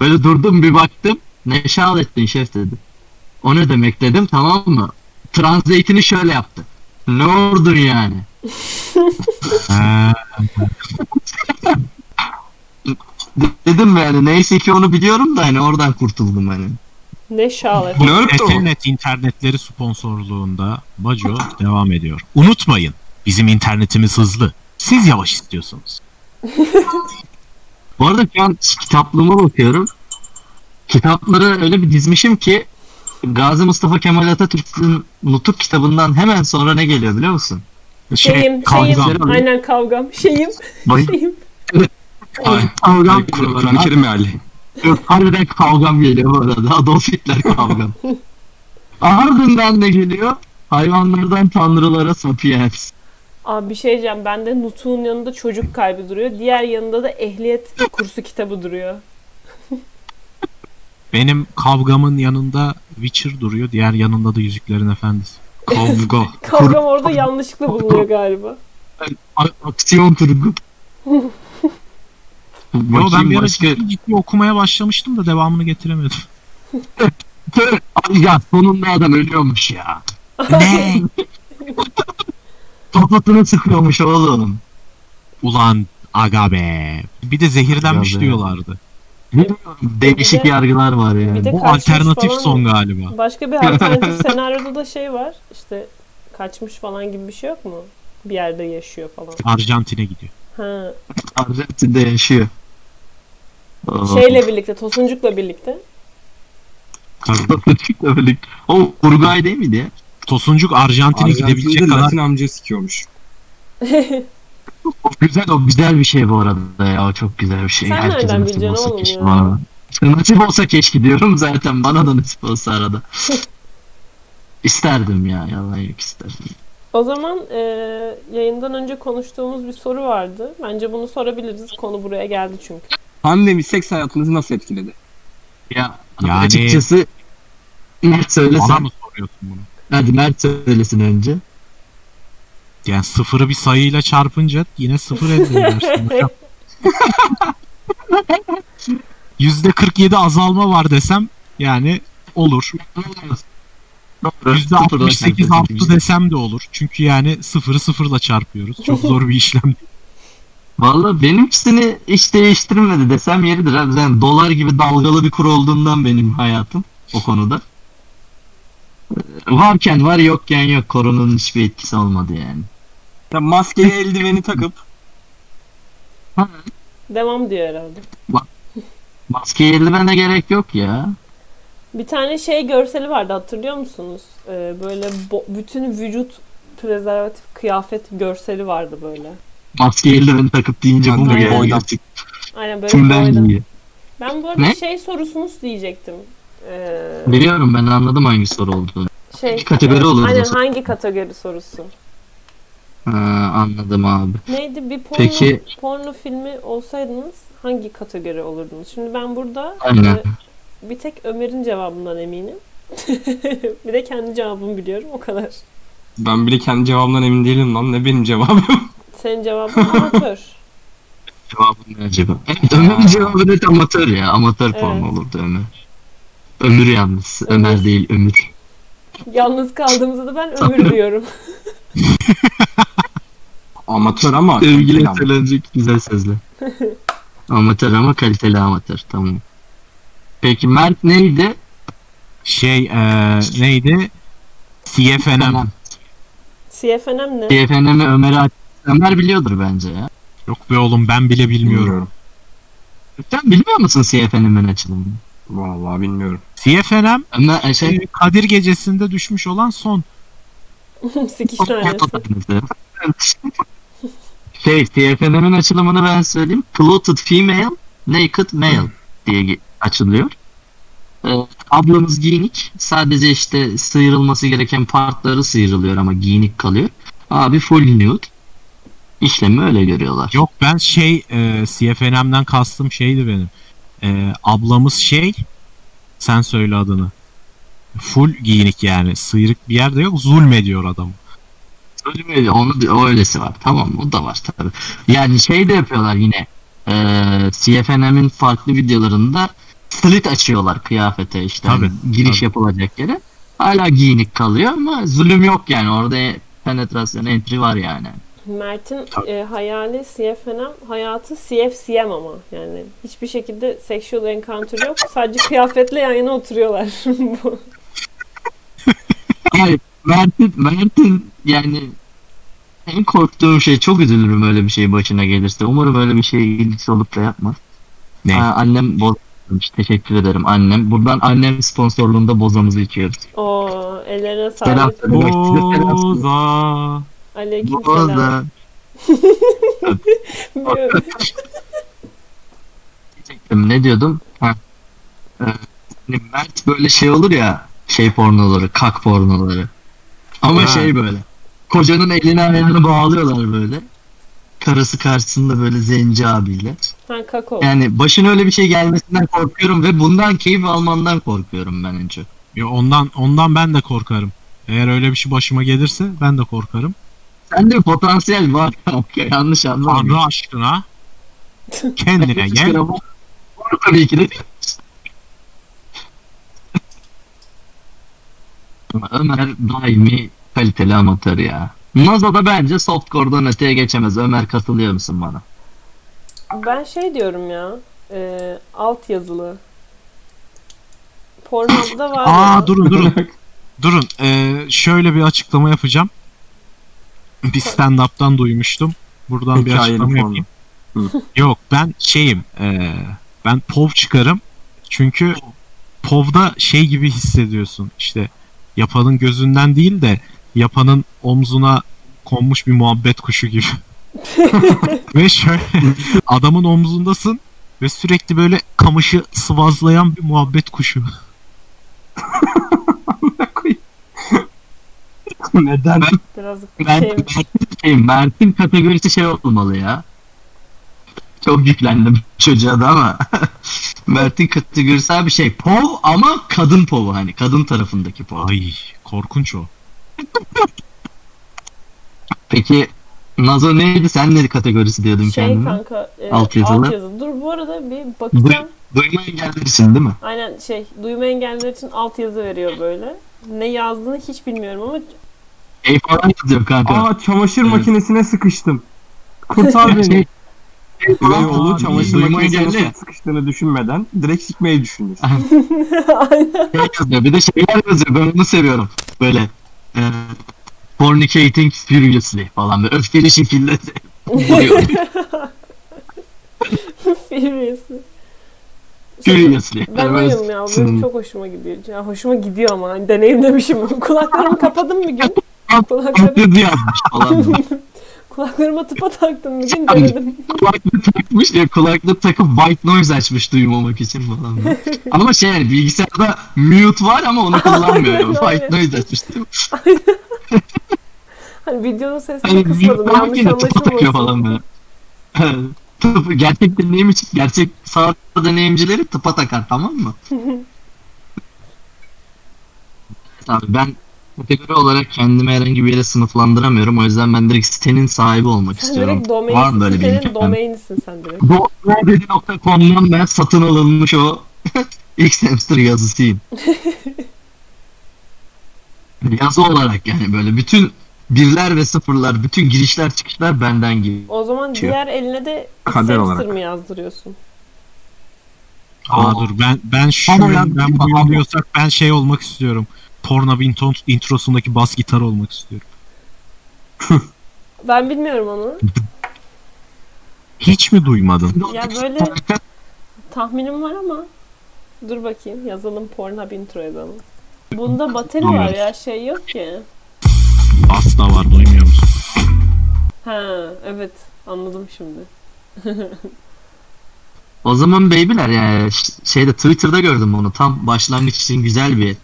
[SPEAKER 3] Böyle durdum bir baktım. Ne şahlettin şef dedi. O ne demek dedim tamam mı? Translate'ini şöyle yaptı. Ne ordun yani?
[SPEAKER 1] Ha,
[SPEAKER 3] De- Dedim yani neyse ki onu biliyorum da hani oradan kurtuldum hani.
[SPEAKER 2] Ne şalet.
[SPEAKER 1] bu
[SPEAKER 4] Blurb de o.
[SPEAKER 1] Etenet internetleri sponsorluğunda Baco devam ediyor. Unutmayın bizim internetimiz hızlı. Siz yavaş istiyorsunuz.
[SPEAKER 3] Bu arada şu an kitaplığıma bakıyorum. Kitapları öyle bir dizmişim ki Gazi Mustafa Kemal Atatürk'ün Nutuk kitabından hemen sonra ne geliyor biliyor musun?
[SPEAKER 2] Şeyim, şeyim.
[SPEAKER 1] Şey, kavgam.
[SPEAKER 2] Aynen kavgam. Şeyim,
[SPEAKER 3] Bayım
[SPEAKER 2] şeyim.
[SPEAKER 4] Ay,
[SPEAKER 3] kavgam
[SPEAKER 4] ay, Kur- Kur'an-ı Kerim meali.
[SPEAKER 3] Yok, harbiden kavgam geliyor bu arada. Adolf Hitler kavgam. Ardından ne geliyor? Hayvanlardan tanrılara sapiens.
[SPEAKER 2] Abi bir şey diyeceğim. Bende Nutuk'un yanında çocuk kalbi duruyor. Diğer yanında da ehliyet kursu kitabı duruyor.
[SPEAKER 1] Benim kavgamın yanında Witcher duruyor. Diğer yanında da Yüzüklerin Efendisi.
[SPEAKER 4] Kavga.
[SPEAKER 2] Kavgam orada yanlışlıkla bulunuyor galiba.
[SPEAKER 3] A- Aksiyon Turgut.
[SPEAKER 1] Yo, ben
[SPEAKER 3] Bakayım
[SPEAKER 1] bir ara
[SPEAKER 3] başka.
[SPEAKER 1] ciddi ciddi okumaya başlamıştım da devamını getiremedim.
[SPEAKER 3] Ay ya sonunda adam ölüyormuş ya.
[SPEAKER 1] ne?
[SPEAKER 3] Topatını sıkıyormuş oğlum.
[SPEAKER 1] Ulan aga be. Bir de zehirlenmiş
[SPEAKER 3] Aga be.
[SPEAKER 1] diyorlardı.
[SPEAKER 3] Bilmiyorum. Değişik
[SPEAKER 2] Bir de-
[SPEAKER 3] yargılar var yani.
[SPEAKER 2] bir de-
[SPEAKER 1] Bu
[SPEAKER 2] kaçmış
[SPEAKER 1] alternatif
[SPEAKER 2] falan
[SPEAKER 1] son
[SPEAKER 2] mı?
[SPEAKER 1] galiba.
[SPEAKER 2] Başka bir alternatif senaryoda da şey var. İşte kaçmış falan gibi bir şey yok mu? Bir yerde yaşıyor falan.
[SPEAKER 1] Arjantin'e gidiyor.
[SPEAKER 2] Ha.
[SPEAKER 3] Arjantin'de yaşıyor. Oo.
[SPEAKER 2] Şeyle birlikte, Tosuncuk'la birlikte.
[SPEAKER 1] Tabii.
[SPEAKER 3] Atatürk'le birlikte. O Uruguay değil miydi ya?
[SPEAKER 1] Tosuncuk Arjantin'e gidebilecek
[SPEAKER 4] Arjantin'de
[SPEAKER 1] kadar
[SPEAKER 4] Latin amca sikiyormuş.
[SPEAKER 3] O güzel, o güzel bir şey bu arada ya. O çok güzel bir şey.
[SPEAKER 2] Sen
[SPEAKER 3] Herkese
[SPEAKER 2] nereden
[SPEAKER 3] nasip
[SPEAKER 2] bileceksin
[SPEAKER 3] olsa
[SPEAKER 2] oğlum
[SPEAKER 3] keşke
[SPEAKER 2] ya?
[SPEAKER 3] bana. Nasip olsa keşke diyorum zaten. Bana da nasip olsa arada. isterdim ya. Yalan yok isterdim.
[SPEAKER 2] O zaman e, yayından önce konuştuğumuz bir soru vardı. Bence bunu sorabiliriz. Konu buraya geldi çünkü.
[SPEAKER 4] Pandemi seks hayatınızı nasıl etkiledi?
[SPEAKER 3] Ya
[SPEAKER 1] Yani-
[SPEAKER 3] açıkçası Mert söylesen.
[SPEAKER 1] bana mı soruyorsun bunu?
[SPEAKER 3] Hadi Mert söylesin önce.
[SPEAKER 1] Yani sıfırı bir sayıyla çarpınca yine sıfır elde ediyorsun. Yüzde 47 azalma var desem yani olur. Yüzde 68 arttı desem de olur. Çünkü yani sıfırı sıfırla çarpıyoruz. Çok zor bir işlem.
[SPEAKER 3] Valla benimkisini hiç değiştirmedi desem yeridir abi. Yani dolar gibi dalgalı bir kur olduğundan benim hayatım o konuda. Ee, Varken var yokken yok. Koronanın hiçbir etkisi olmadı yani.
[SPEAKER 4] Ya maskeli eldiveni takıp
[SPEAKER 2] Devam diyor herhalde.
[SPEAKER 3] Maskeye eldivene gerek yok ya.
[SPEAKER 2] Bir tane şey görseli vardı hatırlıyor musunuz? E, böyle bo- bütün vücut prezervatif kıyafet görseli vardı böyle.
[SPEAKER 3] Maskeye eldiveni takıp deyince bu
[SPEAKER 4] Ben
[SPEAKER 3] mu
[SPEAKER 2] de
[SPEAKER 3] geldi?
[SPEAKER 4] boydan.
[SPEAKER 3] Gerçek-
[SPEAKER 2] Aynen böyle
[SPEAKER 3] Kimden
[SPEAKER 2] boydan.
[SPEAKER 3] giyiyor?
[SPEAKER 2] Ben bu arada
[SPEAKER 3] Ne?
[SPEAKER 2] şey sorusunu diyecektim. E,
[SPEAKER 3] Biliyorum ben anladım hangi soru olduğunu.
[SPEAKER 2] şey,
[SPEAKER 3] Bir kategori olur
[SPEAKER 2] Aynen
[SPEAKER 3] diyorsun.
[SPEAKER 2] hangi kategori sorusu?
[SPEAKER 3] Ha, Ee, anladım abi.
[SPEAKER 2] Neydi bir porno,
[SPEAKER 3] Peki-
[SPEAKER 2] porno filmi olsaydınız hangi kategori olurdunuz? Şimdi ben burada
[SPEAKER 3] Aynen.
[SPEAKER 2] e, bir tek Ömer'in cevabından eminim. bir de kendi cevabımı biliyorum o kadar.
[SPEAKER 4] ben bile kendi cevabımdan emin değilim lan ne benim cevabım.
[SPEAKER 2] Senin cevabın amatör.
[SPEAKER 3] Cevabı ne acaba? Evet, Ömer'in cevabı net amatör ya. Amatör
[SPEAKER 2] Evet.
[SPEAKER 3] form olurdu Ömer. Ömür yalnız. Ömer değil Ömür.
[SPEAKER 2] Yalnız kaldığımızda da ben Ömür diyorum.
[SPEAKER 4] Amatör ama
[SPEAKER 3] Sevgili
[SPEAKER 4] Selam.
[SPEAKER 3] söylenecek güzel sözler. amatör ama kaliteli amatör. Tamam. Peki Mert neydi?
[SPEAKER 1] Şey eee, neydi? CFNM.
[SPEAKER 3] Tamam.
[SPEAKER 2] CFNM ne?
[SPEAKER 3] TFNM'i Ömer'e aç. Ömer biliyordur bence ya.
[SPEAKER 1] Yok be oğlum ben bile bilmiyorum.
[SPEAKER 4] bilmiyorum.
[SPEAKER 3] Sen bilmiyor musun CFNM'in açılımını?
[SPEAKER 4] Vallahi bilmiyorum.
[SPEAKER 1] CFNM
[SPEAKER 3] Ömer e, şey...
[SPEAKER 1] eee, Kadir gecesinde düşmüş olan son.
[SPEAKER 2] Sikiş tanesi.
[SPEAKER 3] şey TFNM'in açılımını ben söyleyeyim. Clotted Female, Naked Male diye ge- açılıyor. Ee, ablamız giyinik. Sadece işte sıyrılması gereken partları sıyrılıyor ama giyinik kalıyor. Abi full nude. İşlemi öyle görüyorlar.
[SPEAKER 1] Yok ben şey eee CFNM'den E, kastım şeydi benim. Eee, ablamız şey sen söyle adını. Full giyinik yani. Sıyrık bir yerde yok. Zulmediyor adam.
[SPEAKER 3] Öyle onu o öylesi var. Tamam o da var tabii. Yani şey de yapıyorlar yine. e, Eee CFNM'in farklı videolarında slit açıyorlar kıyafete işte. Hani
[SPEAKER 1] Tabii,
[SPEAKER 3] giriş
[SPEAKER 1] tabii.
[SPEAKER 3] yapılacak yere. Hala giyinik kalıyor ama zulüm yok yani. Orada e, penetrasyon entry var yani.
[SPEAKER 2] Mert'in
[SPEAKER 1] Tabii.
[SPEAKER 2] e, hayali CFNM, hayatı CFCM ama yani hiçbir şekilde sexual encounter yok. Sadece kıyafetle yan yana oturuyorlar. Bu.
[SPEAKER 3] Yani Mert'in, Mert'in yani en korktuğum şey çok üzülürüm öyle bir şey başına gelirse. Umarım öyle bir şey ilgisi olup da yapmaz.
[SPEAKER 1] Ne?
[SPEAKER 3] Aa, annem bozmuş. Teşekkür ederim annem. Buradan annem sponsorluğunda bozamızı içiyoruz.
[SPEAKER 2] Oo, ellerine
[SPEAKER 3] Selam
[SPEAKER 2] sağlık.
[SPEAKER 3] söylemek için selam.
[SPEAKER 1] Boza.
[SPEAKER 2] Aleyküm selam.
[SPEAKER 3] Boza. Diyecektim, Ne diyordum? Ha. Ee, hani Mert böyle şey olur ya. Şey pornoları, kak pornoları. Ama
[SPEAKER 1] Ha.
[SPEAKER 3] şey böyle. Kocanın elini ayağını bağlıyorlar böyle. Karısı karşısında böyle zenci abiyle.
[SPEAKER 2] Ha, kakao.
[SPEAKER 3] Yani başına öyle bir şey gelmesinden korkuyorum ve bundan keyif almandan korkuyorum ben en çok.
[SPEAKER 1] Ya E, ondan ondan ben de korkarım. Eğer öyle bir şey başıma gelirse ben de korkarım.
[SPEAKER 3] Sende potansiyel var. Yanlış anlamadım.
[SPEAKER 1] Tanrı aşkına kendine gel.
[SPEAKER 3] Tabii ki de. Ama Ömer daimi kaliteli amatör ya. Nazo da bence softcore'dan öteye geçemez. Ömer katılıyor musun bana?
[SPEAKER 2] Ben şey diyorum ya. E, alt yazılı. Pornhub'da var. ya.
[SPEAKER 1] Aa durun durun. Durun ee, şöyle bir açıklama yapacağım. Bir stand-up'tan duymuştum. Buradan bir
[SPEAKER 4] Hikayenin
[SPEAKER 1] açıklama
[SPEAKER 4] formu.
[SPEAKER 1] yapayım. Yok ben şeyim ee, ben POV çıkarım. Çünkü POV'da şey gibi hissediyorsun işte yapanın gözünden değil de yapanın omzuna konmuş bir muhabbet kuşu gibi. ve şöyle adamın omzundasın ve sürekli böyle kamışı sıvazlayan bir muhabbet kuşu.
[SPEAKER 4] Neden?
[SPEAKER 2] Biraz
[SPEAKER 3] Ben,
[SPEAKER 2] şey,
[SPEAKER 3] Mert'in, Mert'in kategorisi şey olmalı ya. Çok yüklendim çocuğa da ama. Mert'in kategorisi abi şey pov ama kadın povu hani kadın tarafındaki pov.
[SPEAKER 1] Ay korkunç o.
[SPEAKER 3] Peki Nazo neydi? Sen ne kategorisi diyordun
[SPEAKER 2] şey
[SPEAKER 3] kendine?
[SPEAKER 2] kanka. e, alt
[SPEAKER 3] Alt yazılı.
[SPEAKER 2] yazılı. Dur bu arada bir bakacağım.
[SPEAKER 3] Duyma engellisin değil mi?
[SPEAKER 2] Aynen şey duyma engelliler için altyazı veriyor böyle. Ne yazdığını hiç bilmiyorum ama
[SPEAKER 3] Şey falan yazıyor kanka.
[SPEAKER 4] Aa çamaşır
[SPEAKER 3] Evet.
[SPEAKER 4] makinesine sıkıştım. Kurtar beni.
[SPEAKER 3] Şey- şey falan
[SPEAKER 4] Beyoğlu
[SPEAKER 3] abi,
[SPEAKER 4] çamaşır
[SPEAKER 3] duyma
[SPEAKER 4] makinesine
[SPEAKER 3] engelli.
[SPEAKER 4] nasıl sıkıştığını düşünmeden direkt sikmeyi düşünür.
[SPEAKER 2] aynen.
[SPEAKER 3] Şey yazıyor. Bir de şeyler yazıyor. Ben onu seviyorum. Böyle. E, fornicating furiously falan. Böyle öfkeli şekilde. Vuruyor.
[SPEAKER 2] Furious'ı.
[SPEAKER 3] furiously.
[SPEAKER 2] Ben oyum ya. Benim çok hoşuma gidiyor. Ya hoşuma gidiyor ama hani deneyimlemişim. Kulaklarımı kapadım bir gün. Kulaklarım,
[SPEAKER 3] Taklidi yapmış falan.
[SPEAKER 2] kulaklarıma tıpa taktım bir gün denedim.
[SPEAKER 3] kulaklığı takmış ya kulaklığı takıp white noise açmış duymamak için falan. ama şey yani bilgisayarda mute var ama onu kullanmıyor.
[SPEAKER 2] Aynen,
[SPEAKER 3] white noise açmış değil mi?
[SPEAKER 2] Hani videonun sesini
[SPEAKER 3] Hani
[SPEAKER 2] kısmadım.
[SPEAKER 3] mute var
[SPEAKER 2] Yanlış
[SPEAKER 3] yine tıpa takıyor
[SPEAKER 2] anlaşılmasın.
[SPEAKER 3] falan böyle. Tıpı gerçek deneyim için gerçek sağ deneyimcileri tıpa takar tamam mı? Abi ben kategori olarak kendimi herhangi bir yere sınıflandıramıyorum. O yüzden ben direkt sitenin sahibi olmak
[SPEAKER 2] Sen
[SPEAKER 3] istiyorum.
[SPEAKER 2] direkt
[SPEAKER 3] Var mı
[SPEAKER 2] domainsin.
[SPEAKER 3] böyle bir
[SPEAKER 2] Senin
[SPEAKER 3] imkan?
[SPEAKER 2] domainsin sen direkt.
[SPEAKER 3] Bu dedi.com'dan ben satın alınmış o X hamster yazısıyım. Yazı olarak yani böyle bütün birler ve sıfırlar, bütün girişler çıkışlar benden geliyor.
[SPEAKER 2] O zaman
[SPEAKER 3] Şey-
[SPEAKER 2] diğer eline de hamster
[SPEAKER 4] Kader olarak.
[SPEAKER 2] mı yazdırıyorsun?
[SPEAKER 1] Aa,
[SPEAKER 3] Aa.
[SPEAKER 1] dur ben ben
[SPEAKER 3] Ama
[SPEAKER 1] şuyum
[SPEAKER 3] ya-
[SPEAKER 1] ben buyum diyorsak ben şey olmak istiyorum. Porno intro, introsundaki bas gitar olmak istiyorum.
[SPEAKER 2] Ben bilmiyorum onu.
[SPEAKER 1] Hiç mi duymadın?
[SPEAKER 2] Ya böyle tahminim var ama dur bakayım yazalım Pornhub intro yazalım. Bunda bateri var ya şey yok ki.
[SPEAKER 1] Bas da var duymuyor musun?
[SPEAKER 2] Ha evet anladım şimdi.
[SPEAKER 3] O zaman beybiler yani ş- şeyde Twitter'da gördüm bunu. Tam başlangıç için güzel bir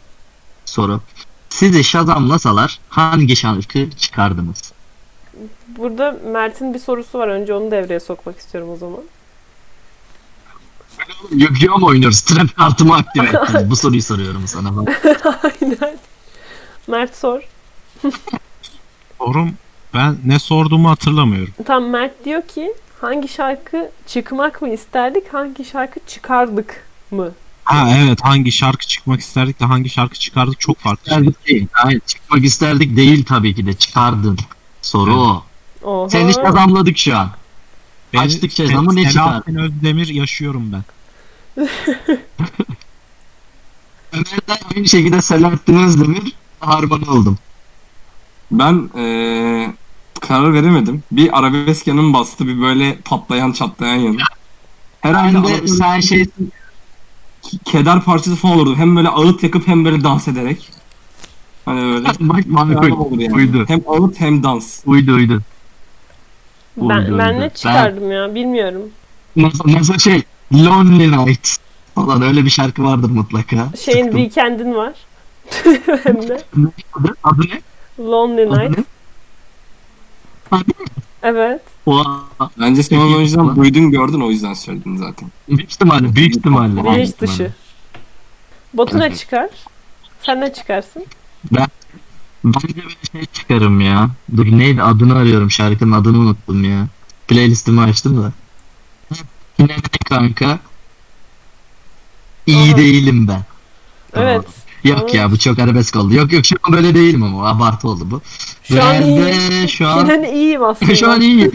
[SPEAKER 3] soru. Sizi şazamlasalar hangi şarkı çıkardınız?
[SPEAKER 2] Burada Mert'in bir sorusu var önce onu devreye sokmak istiyorum o zaman.
[SPEAKER 3] Yu-Gi-Oh mu oynuyoruz? Trap kartımı aktive ettim. Bu soruyu soruyorum sana. Bak.
[SPEAKER 2] Aynen. Mert sor.
[SPEAKER 1] Sorum ben ne sorduğumu hatırlamıyorum.
[SPEAKER 2] Tam Mert diyor ki hangi şarkı çıkmak mı isterdik, hangi şarkı çıkardık mı?
[SPEAKER 1] Ha evet hangi şarkı çıkmak isterdik de hangi şarkı çıkardık çok farklı. şey.
[SPEAKER 3] İsterdik değil. Hayır, çıkmak isterdik değil tabii ki de. Çıkardın. Soru o.
[SPEAKER 2] Oha.
[SPEAKER 3] Seni şazamladık şu an.
[SPEAKER 1] Beni-
[SPEAKER 3] Açtık Şezam'ı ne çıkar?
[SPEAKER 1] Selahattin Özdemir yaşıyorum ben.
[SPEAKER 3] Ömer'den aynı şekilde Selahattin Özdemir harman oldum.
[SPEAKER 4] Ben eee, karar veremedim. Bir arabesk yanım bastı, bir böyle patlayan çatlayan yanım. Herhalde
[SPEAKER 3] Ben de
[SPEAKER 4] arabesk-
[SPEAKER 3] sen şey
[SPEAKER 4] keder parçası falan olurdu. Hem böyle ağıt yakıp hem böyle dans ederek. Hani böyle.
[SPEAKER 3] bak
[SPEAKER 4] Yani
[SPEAKER 3] makul.
[SPEAKER 4] olur yani.
[SPEAKER 3] Uydu.
[SPEAKER 4] Hem ağıt hem dans.
[SPEAKER 3] Uydu uydu.
[SPEAKER 2] Ben,
[SPEAKER 3] Uydu,
[SPEAKER 2] ben
[SPEAKER 3] uydu.
[SPEAKER 2] ne
[SPEAKER 3] Ben-
[SPEAKER 2] çıkardım ya bilmiyorum.
[SPEAKER 3] Nasıl, nasıl şey Lonely Night falan öyle bir şarkı vardır mutlaka.
[SPEAKER 2] Şeyin
[SPEAKER 3] Çıktım.
[SPEAKER 2] Weekend'in var. Hem de
[SPEAKER 3] Ne adı? Adı ne?
[SPEAKER 2] Lonely
[SPEAKER 3] Adı ne?
[SPEAKER 2] Night. Evet.
[SPEAKER 3] Oha.
[SPEAKER 4] Bence sen
[SPEAKER 3] Peki,
[SPEAKER 4] onu önceden
[SPEAKER 3] lan.
[SPEAKER 4] duydun gördün o yüzden söyledin zaten.
[SPEAKER 3] Büyük ihtimalle, büyük ihtimalle. büyük
[SPEAKER 2] Bilinç
[SPEAKER 3] ihtimalle.
[SPEAKER 2] dışı. Botuna çıkar. Sen ne çıkarsın?
[SPEAKER 3] Bence ben şey çıkarım ya. Dur neydi adını arıyorum şarkının adını unuttum ya. Playlistimi açtım da. Yine ne kanka? İyi
[SPEAKER 2] Aha.
[SPEAKER 3] değilim ben. Tamam.
[SPEAKER 2] Evet.
[SPEAKER 3] Yok ya bu çok arabesk oldu. Yok yok şu an böyle değilim ama abartı oldu bu.
[SPEAKER 2] Şu an
[SPEAKER 3] Ben de
[SPEAKER 2] iyiyim.
[SPEAKER 3] şu an-
[SPEAKER 2] Yine de iyiyim aslında.
[SPEAKER 3] Şu an iyi.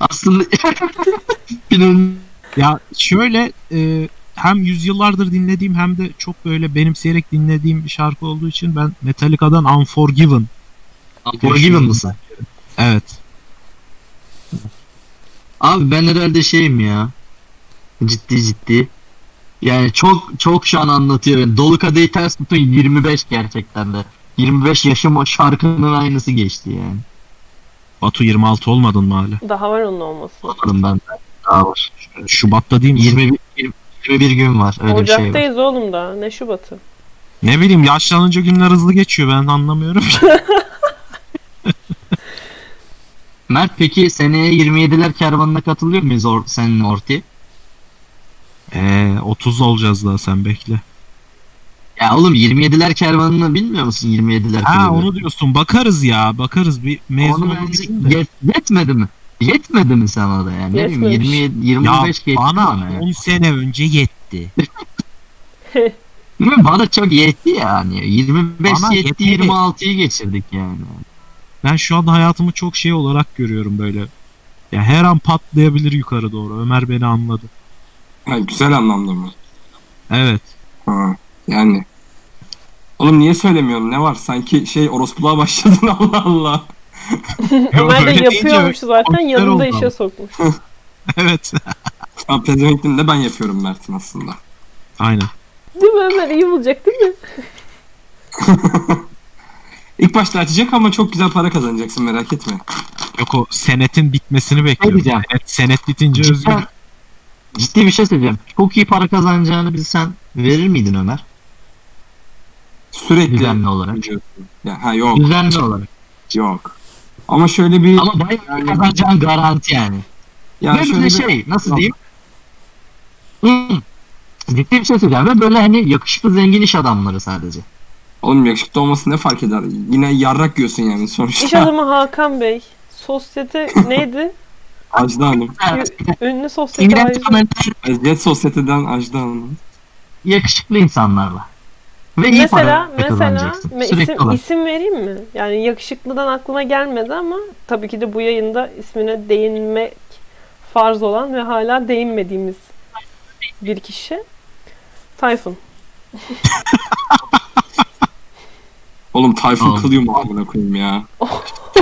[SPEAKER 3] Aslında Bilmiyorum.
[SPEAKER 1] Ya şöyle e, hem yüzyıllardır dinlediğim hem de çok böyle benimseyerek dinlediğim bir şarkı olduğu için ben Metallica'dan Unforgiven.
[SPEAKER 3] Forgiven mısın?
[SPEAKER 1] Evet.
[SPEAKER 3] Abi ben herhalde şeyim ya. Ciddi ciddi. Yani çok çok şu an anlatıyor. beni. Dolu kadehi ters tutun 25 gerçekten de. 25 yaşım o şarkının aynısı geçti yani.
[SPEAKER 1] Batu 26 olmadın mı hala?
[SPEAKER 2] Daha var onun olması.
[SPEAKER 3] Anladım ben. Daha var.
[SPEAKER 1] Şubat'ta değil mi?
[SPEAKER 3] 21, 21 gün var. Öyle bir şey var.
[SPEAKER 2] Ocak'tayız oğlum da. Ne Şubat'ı?
[SPEAKER 1] Ne bileyim yaşlanınca günler hızlı geçiyor ben anlamıyorum.
[SPEAKER 3] Mert peki seneye 27'ler kervanına katılıyor muyuz or senin Orti?
[SPEAKER 1] Eee 30 olacağız daha sen bekle.
[SPEAKER 3] Ya oğlum 27'ler kervanını bilmiyor musun 27'ler
[SPEAKER 1] Ha
[SPEAKER 3] kulübü?
[SPEAKER 1] onu diyorsun bakarız ya bakarız bir mezun
[SPEAKER 3] Onu
[SPEAKER 1] olayım
[SPEAKER 3] bence
[SPEAKER 1] da.
[SPEAKER 3] yet- yetmedi mi? Yetmedi mi sana da yani? Ne bileyim
[SPEAKER 2] Yetmemiş.
[SPEAKER 3] 27
[SPEAKER 1] Ya
[SPEAKER 3] 25 geçti bana.
[SPEAKER 1] bana
[SPEAKER 3] yani.
[SPEAKER 1] 10 sene önce yetti.
[SPEAKER 3] Değil mi? Bana çok yetti yani. 25
[SPEAKER 1] Bana
[SPEAKER 3] yetti
[SPEAKER 1] yetmedi.
[SPEAKER 3] 26'yı geçirdik yani.
[SPEAKER 1] Ben şu an hayatımı çok şey olarak görüyorum böyle. Ya her an patlayabilir yukarı doğru. Ömer beni anladı.
[SPEAKER 4] Ha, güzel anlamda mı?
[SPEAKER 1] Evet.
[SPEAKER 4] Ha, yani. Oğlum niye söylemiyorsun? Ne var? Sanki şey orospuluğa başladın Allah Allah.
[SPEAKER 2] Ömer de
[SPEAKER 1] Öyle deyince-
[SPEAKER 2] yapıyormuş zaten
[SPEAKER 1] konser oldu
[SPEAKER 2] yanında
[SPEAKER 1] ama.
[SPEAKER 2] işe sokmuş.
[SPEAKER 1] Evet.
[SPEAKER 4] Ha, pezevenkliğini de ben yapıyorum Mert'in aslında.
[SPEAKER 1] Aynen.
[SPEAKER 2] Değil mi Ömer? İyi bulacak değil mi?
[SPEAKER 4] İlk başta açacak ama çok güzel para kazanacaksın merak etme.
[SPEAKER 1] Yok o senetin bitmesini bekliyorum.
[SPEAKER 3] diyeceğim?
[SPEAKER 1] Senet, senet bitince özgür.
[SPEAKER 3] Cidden, ciddi bir şey söyleyeceğim. Çok iyi para kazanacağını bilsen verir miydin Ömer?
[SPEAKER 4] Sürekli.
[SPEAKER 3] Düzenli olarak.
[SPEAKER 4] Ya, ha yok
[SPEAKER 3] Düzenli olarak.
[SPEAKER 4] yok. Ama şöyle bir...
[SPEAKER 3] Ama bayağı kazanacağın garanti yani.
[SPEAKER 4] yani
[SPEAKER 3] Ve
[SPEAKER 4] şöyle
[SPEAKER 3] böyle
[SPEAKER 4] bir-
[SPEAKER 3] şey nasıl
[SPEAKER 4] Yok.
[SPEAKER 3] diyeyim? Hmm. Ciddi bir şey söyleyeceğim. Ve böyle hani yakışıklı zengin iş adamları sadece.
[SPEAKER 4] Oğlum yakışıklı olması ne fark eder? Yine yarrak yiyorsun yani
[SPEAKER 2] İş
[SPEAKER 4] sonuçta.
[SPEAKER 2] adamı Hakan Bey. Sosyete neydi?
[SPEAKER 4] Ajda Hanım. E,
[SPEAKER 2] Ünlü sosyete
[SPEAKER 3] İngiliz
[SPEAKER 2] ayrıca.
[SPEAKER 3] komedyen
[SPEAKER 4] Jet Sosyete'den Ajda Hanım.
[SPEAKER 3] yakışıklı insanlarla. Ve iyi
[SPEAKER 2] Mesela,
[SPEAKER 3] para
[SPEAKER 2] mesela
[SPEAKER 3] kazanacaksın.
[SPEAKER 2] me-
[SPEAKER 3] Sürekli
[SPEAKER 2] isim,
[SPEAKER 3] olarak.
[SPEAKER 2] isim vereyim mi? Yani yakışıklıdan aklıma gelmedi ama tabii ki de bu yayında ismine değinmek farz olan ve hala değinmediğimiz bir kişi. Tayfun.
[SPEAKER 4] Oğlum Tayfun
[SPEAKER 3] Oğlum.
[SPEAKER 4] Kılıyor mu amına koyayım ya?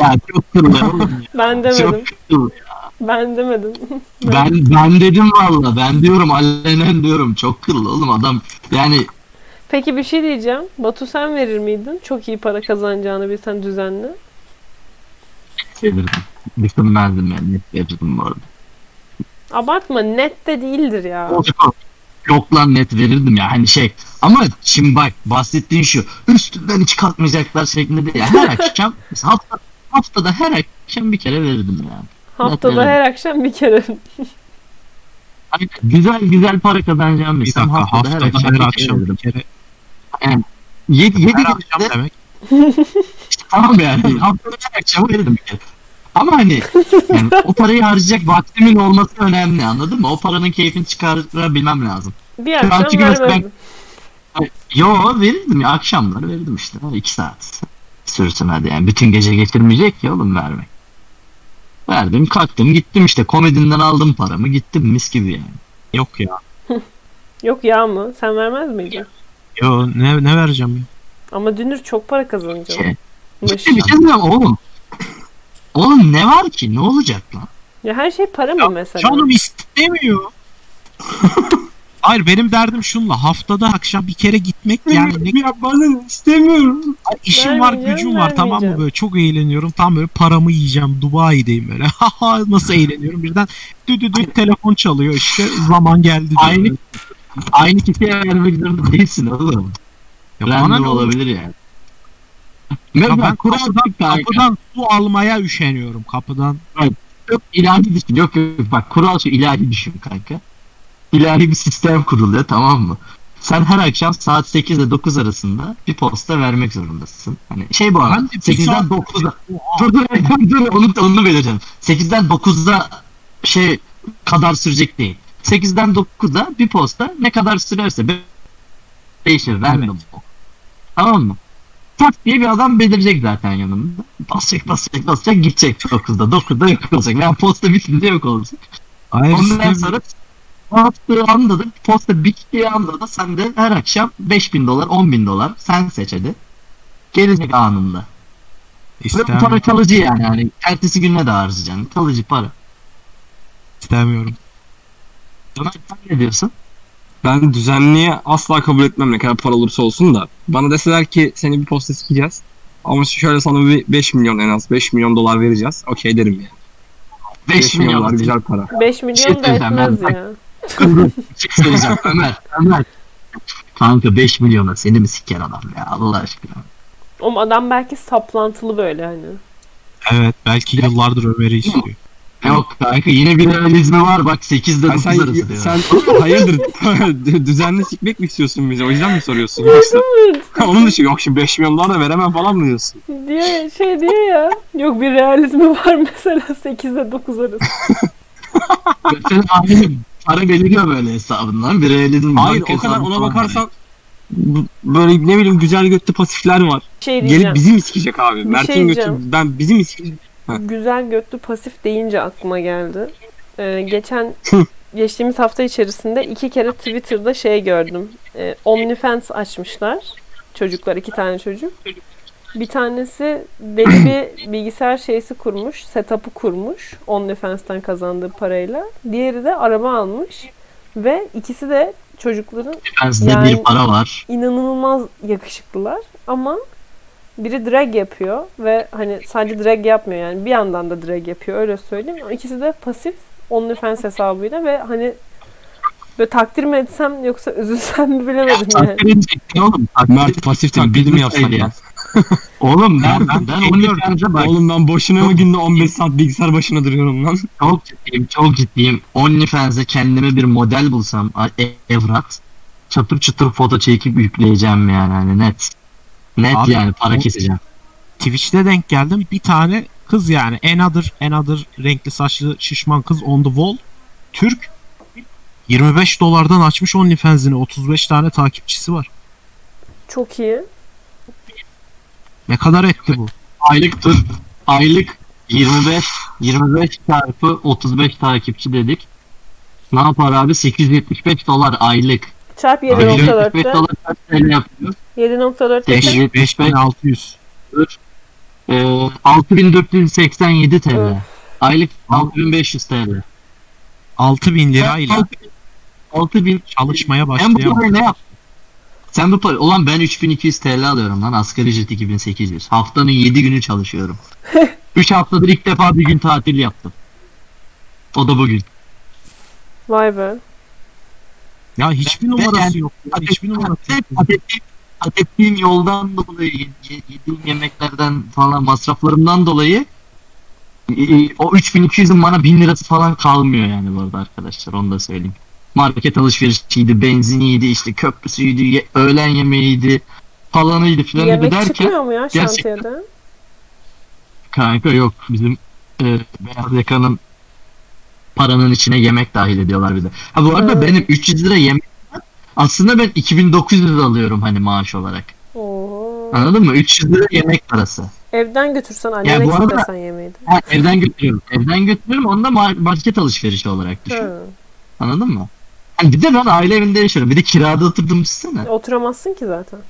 [SPEAKER 3] Ya çok kırılır oğlum ya.
[SPEAKER 2] Ben
[SPEAKER 3] Çok
[SPEAKER 2] demedim.
[SPEAKER 3] kırılır.
[SPEAKER 2] Ben demedim.
[SPEAKER 3] Ben, ben dedim valla. Ben diyorum alenen diyorum. Çok kırılır oğlum adam. Yani
[SPEAKER 2] Peki bir şey diyeceğim. Batu sen verir miydin? Çok iyi para kazanacağını bilsen düzenli.
[SPEAKER 3] çevirdim. Düşünmezdim yani. Net verirdim bu arada.
[SPEAKER 2] Abartma net de değildir ya.
[SPEAKER 3] Yok lan net verirdim ya. Hani şey. Ama şimdi bak bahsettiğin şu. Üstünden hiç kalkmayacaklar şeklinde değil. Her akşam mesela hafta, haftada her akşam bir kere verirdim yani.
[SPEAKER 2] Haftada
[SPEAKER 3] net
[SPEAKER 2] her akşam bir kere.
[SPEAKER 3] Hani güzel güzel para kazanacağım
[SPEAKER 1] Bir dakika haftada her, akşam bir kere.
[SPEAKER 3] 7
[SPEAKER 1] Her
[SPEAKER 3] 7
[SPEAKER 1] akşam
[SPEAKER 3] şey günde
[SPEAKER 1] demek.
[SPEAKER 3] tamam yani haftada her akşam verirdim bir kere. Ama hani yani o parayı harcayacak vaktimin olması önemli anladın mı? O paranın keyfini çıkarabilmem lazım.
[SPEAKER 2] Bir
[SPEAKER 3] Şu an
[SPEAKER 2] akşam
[SPEAKER 3] çünkü mesela ben-
[SPEAKER 2] vermezdim.
[SPEAKER 3] Yo verirdim ya akşamları verirdim işte. 2 saat sürsün hadi yani. Bütün gece getirmeyecek ya oğlum vermek. Verdim kalktım gittim işte komedinden aldım paramı gittim mis gibi yani.
[SPEAKER 1] Yok ya.
[SPEAKER 2] Yok ya mı? Sen vermez miydin?
[SPEAKER 1] Yo, ne, ne vereceğim ya?
[SPEAKER 2] Ama dünür çok para kazanacak.
[SPEAKER 3] Şey, ciddi bir şey diyeceğim oğlum. Oğlum ne var ki ne olacak lan?
[SPEAKER 2] Ya her şey para mı mesela?
[SPEAKER 1] Canım istemiyor. Hayır benim derdim şunla haftada akşam bir kere gitmek yani ne
[SPEAKER 4] ya bazen istemiyorum.
[SPEAKER 1] Ay, işim var
[SPEAKER 2] Vermeyeceğim,
[SPEAKER 1] gücüm var tamam mı
[SPEAKER 2] vermeyeceğim.
[SPEAKER 1] böyle çok eğleniyorum tam böyle paramı yiyeceğim Dubai'deyim böyle Haha, nasıl eğleniyorum birden dü dü dü telefon çalıyor işte zaman geldi diyor.
[SPEAKER 3] Aynı aynı kişiye vermek zorunda değilsin oğlum.
[SPEAKER 1] Ya bana
[SPEAKER 3] Random
[SPEAKER 1] ne olur?
[SPEAKER 3] olabilir yani. Mesela
[SPEAKER 1] Ya ben
[SPEAKER 3] kural
[SPEAKER 1] kapıdan,
[SPEAKER 3] bir kanka.
[SPEAKER 1] kapıdan su almaya üşeniyorum kapıdan.
[SPEAKER 3] Yok ilahi düşün. Yok yok yok. bak kural şu ilahi düşün kanka. İlahi bir sistem kuruluyor tamam mı? Sen her akşam saat 8 ile 9 arasında bir posta vermek zorundasın. Hani şey bu arada
[SPEAKER 1] Ben de bir
[SPEAKER 3] 8'den
[SPEAKER 1] saat-
[SPEAKER 3] 9'a dur dur dur onu, onu belirleyeceğim. 8'den 9'da şey kadar sürecek değil. 8'den 9'da bir posta ne kadar sürerse be- değişir vermedim. Tamam mı? Tak diye bir adam belirecek zaten yanımda. Basacak basacak basacak gidecek 9'da. 9'da yok olacak. Yani posta bitince yok olacak.
[SPEAKER 1] Hayır,
[SPEAKER 3] Ondan
[SPEAKER 1] istemiyorum.
[SPEAKER 3] sonra attığı anda da posta bittiği anda da sen de her akşam 5000 dolar 10 bin dolar sen seç hadi. Gelecek anında. Ve bu para
[SPEAKER 1] istemiyorum.
[SPEAKER 3] kalıcı yani. yani. Ertesi güne de harcayacaksın. Kalıcı para.
[SPEAKER 1] istemiyorum.
[SPEAKER 3] Ömer sen ne diyorsun?
[SPEAKER 4] Ben düzenliye asla kabul etmem ne kadar para olursa olsun da. Bana deseler ki seni bir posta sikeceğiz. Ama şöyle sana bir 5 milyon en az 5 milyon dolar vereceğiz. Okey derim yani.
[SPEAKER 3] 5,
[SPEAKER 4] 5 milyon dolar güzel para.
[SPEAKER 2] 5 milyon da
[SPEAKER 3] Şey diyeceğim ben.
[SPEAKER 2] etmez ya.
[SPEAKER 3] Bir şey söyleyeceğim Ömer. Ömer. Kanka 5 milyona seni mi siker adam ya Allah aşkına.
[SPEAKER 2] O adam belki saplantılı böyle hani.
[SPEAKER 1] Evet belki yıllardır Ömer'i istiyor.
[SPEAKER 3] Yok kanka yine bir realizmi var bak 8'de
[SPEAKER 4] Ha,
[SPEAKER 3] 9
[SPEAKER 4] sen,
[SPEAKER 3] arası diyor.
[SPEAKER 4] sen hayırdır düzenli sikmek mi istiyorsun bize o yüzden mi soruyorsun? Yoksa- Onun için yok şimdi 5 milyon dolar da veremem falan mı diyorsun?
[SPEAKER 2] diyor ya, şey diyor ya. Yok bir realizmi var mesela 8 ile 9 arası.
[SPEAKER 3] Senin ailen para beliriyor böyle hesabından bir realizm.
[SPEAKER 4] Hayır
[SPEAKER 3] banka
[SPEAKER 4] o kadar
[SPEAKER 3] hesabı
[SPEAKER 4] ona
[SPEAKER 3] falan var.
[SPEAKER 4] bakarsan bu- böyle ne bileyim güzel götlü pasifler var.
[SPEAKER 2] Şey
[SPEAKER 4] Gelip
[SPEAKER 2] diyeceğim.
[SPEAKER 4] bizi mi sikecek abi?
[SPEAKER 2] şey
[SPEAKER 4] Mert'in götü
[SPEAKER 2] diyeceğim.
[SPEAKER 4] ben bizi mi sikecek?
[SPEAKER 2] Güzel götlü pasif deyince aklıma geldi. Ee, geçen geçtiğimiz hafta içerisinde iki kere Twitter'da şey gördüm. Ee, OnlyFans açmışlar. Çocuklar iki tane çocuk. Bir tanesi belli bir bilgisayar şeysi kurmuş. Setup'ı kurmuş. OnlyFans'tan kazandığı parayla. Diğeri de araba almış. Ve ikisi de çocukların
[SPEAKER 3] Ben size
[SPEAKER 2] Yani-
[SPEAKER 3] bir para var.
[SPEAKER 2] inanılmaz yakışıklılar ama biri drag yapıyor ve hani sadece drag yapmıyor yani bir yandan da drag yapıyor öyle söyleyeyim. İkisi de pasif OnlyFans hesabıyla ve hani böyle takdir mi etsem yoksa üzülsem mi bilemedim yani.
[SPEAKER 3] Takdir edecektin oğlum. takdir
[SPEAKER 4] Mert pasif taklidi mi
[SPEAKER 3] Bilmiyorum
[SPEAKER 4] yapsak
[SPEAKER 3] öyle
[SPEAKER 4] ya?
[SPEAKER 3] ya. Oğlum ben, ben, ben
[SPEAKER 1] Bilmiyorum.
[SPEAKER 3] OnlyFans'a bak.
[SPEAKER 4] Oğlum ben boşuna mı günde 15 saat bilgisayar başına duruyorum lan?
[SPEAKER 3] Çok ciddiyim, çok ciddiyim. OnlyFans'e kendime bir model bulsam a- e- evrat çatır çatır foto çekip yükleyeceğim yani hani net. Net
[SPEAKER 1] Abi,
[SPEAKER 3] yani para
[SPEAKER 1] o-
[SPEAKER 3] keseceğim.
[SPEAKER 1] Twitch'te denk geldim bir tane kız yani enadır enadır renkli saçlı şişman kız on the wall Türk 25 dolardan açmış OnlyFans'ini 35 tane takipçisi var.
[SPEAKER 2] Çok iyi.
[SPEAKER 1] Ne kadar etti bu?
[SPEAKER 3] Aylık dur. Aylık 25 25 çarpı 35 takipçi dedik. Ne yapar abi? 875 dolar aylık.
[SPEAKER 2] Çarp
[SPEAKER 1] Abi,
[SPEAKER 3] 875
[SPEAKER 2] 7.4'te.
[SPEAKER 3] dolar kaç TL yapıyor?
[SPEAKER 2] 7.4'te.
[SPEAKER 3] Eşit.
[SPEAKER 1] 5600.
[SPEAKER 3] Ee, 6487
[SPEAKER 2] Evet.
[SPEAKER 3] TL. Aylık 6500 TL.
[SPEAKER 1] 6000 lirayla
[SPEAKER 3] 6000
[SPEAKER 1] çalışmaya
[SPEAKER 3] Sen bu
[SPEAKER 1] başlayamam.
[SPEAKER 3] parayı ne yap? Sen bu parayı... Ulan ben 3200 TL alıyorum lan. Asgari ücret 2800. Haftanın 7 günü çalışıyorum. 3 haftadır ilk defa bir gün tatil yaptım. O da bugün.
[SPEAKER 2] Vay be.
[SPEAKER 1] Ya hiçbir
[SPEAKER 3] yani-
[SPEAKER 1] numarası yok. ya, Hiçbir numarası
[SPEAKER 3] Hep
[SPEAKER 1] yok.
[SPEAKER 3] kat ettiğim- kat ettiğim yoldan dolayı, ye- ye- yediğim yemeklerden falan masraflarımdan dolayı E, O 3200'ün bana 1000 lirası falan kalmıyor yani bu arada arkadaşlar onu da söyleyeyim. Market alışverişiydi, benziniydi, işte köprüsüydü, ye- öğlen yemeğiydi falanıydı filanıydı
[SPEAKER 2] Yemek
[SPEAKER 3] derken
[SPEAKER 2] çıkmıyor mu ya
[SPEAKER 3] gerçekten-
[SPEAKER 2] şantiyede?
[SPEAKER 3] kanka yok bizim e, beyaz yakanın paranın içine yemek dahil ediyorlar bir de. Ha bu arada
[SPEAKER 2] Hmm.
[SPEAKER 3] benim 300 lira yemek aslında ben 2900 lira alıyorum hani maaş olarak.
[SPEAKER 2] Oo.
[SPEAKER 3] Anladın mı? 300 lira yemek parası.
[SPEAKER 2] Evden götürsen annene
[SPEAKER 3] bu arada-
[SPEAKER 2] kitlesen yemeği de.
[SPEAKER 3] Ha, evden götürüyorum. Evden götürüyorum. Onu da mar- market alışverişi olarak düşün.
[SPEAKER 2] Hı.
[SPEAKER 3] Anladın mı? Yani bir de ben aile evinde yaşıyorum. Bir de kirada oturdum düşünsene. Oturamazsın
[SPEAKER 2] ki zaten.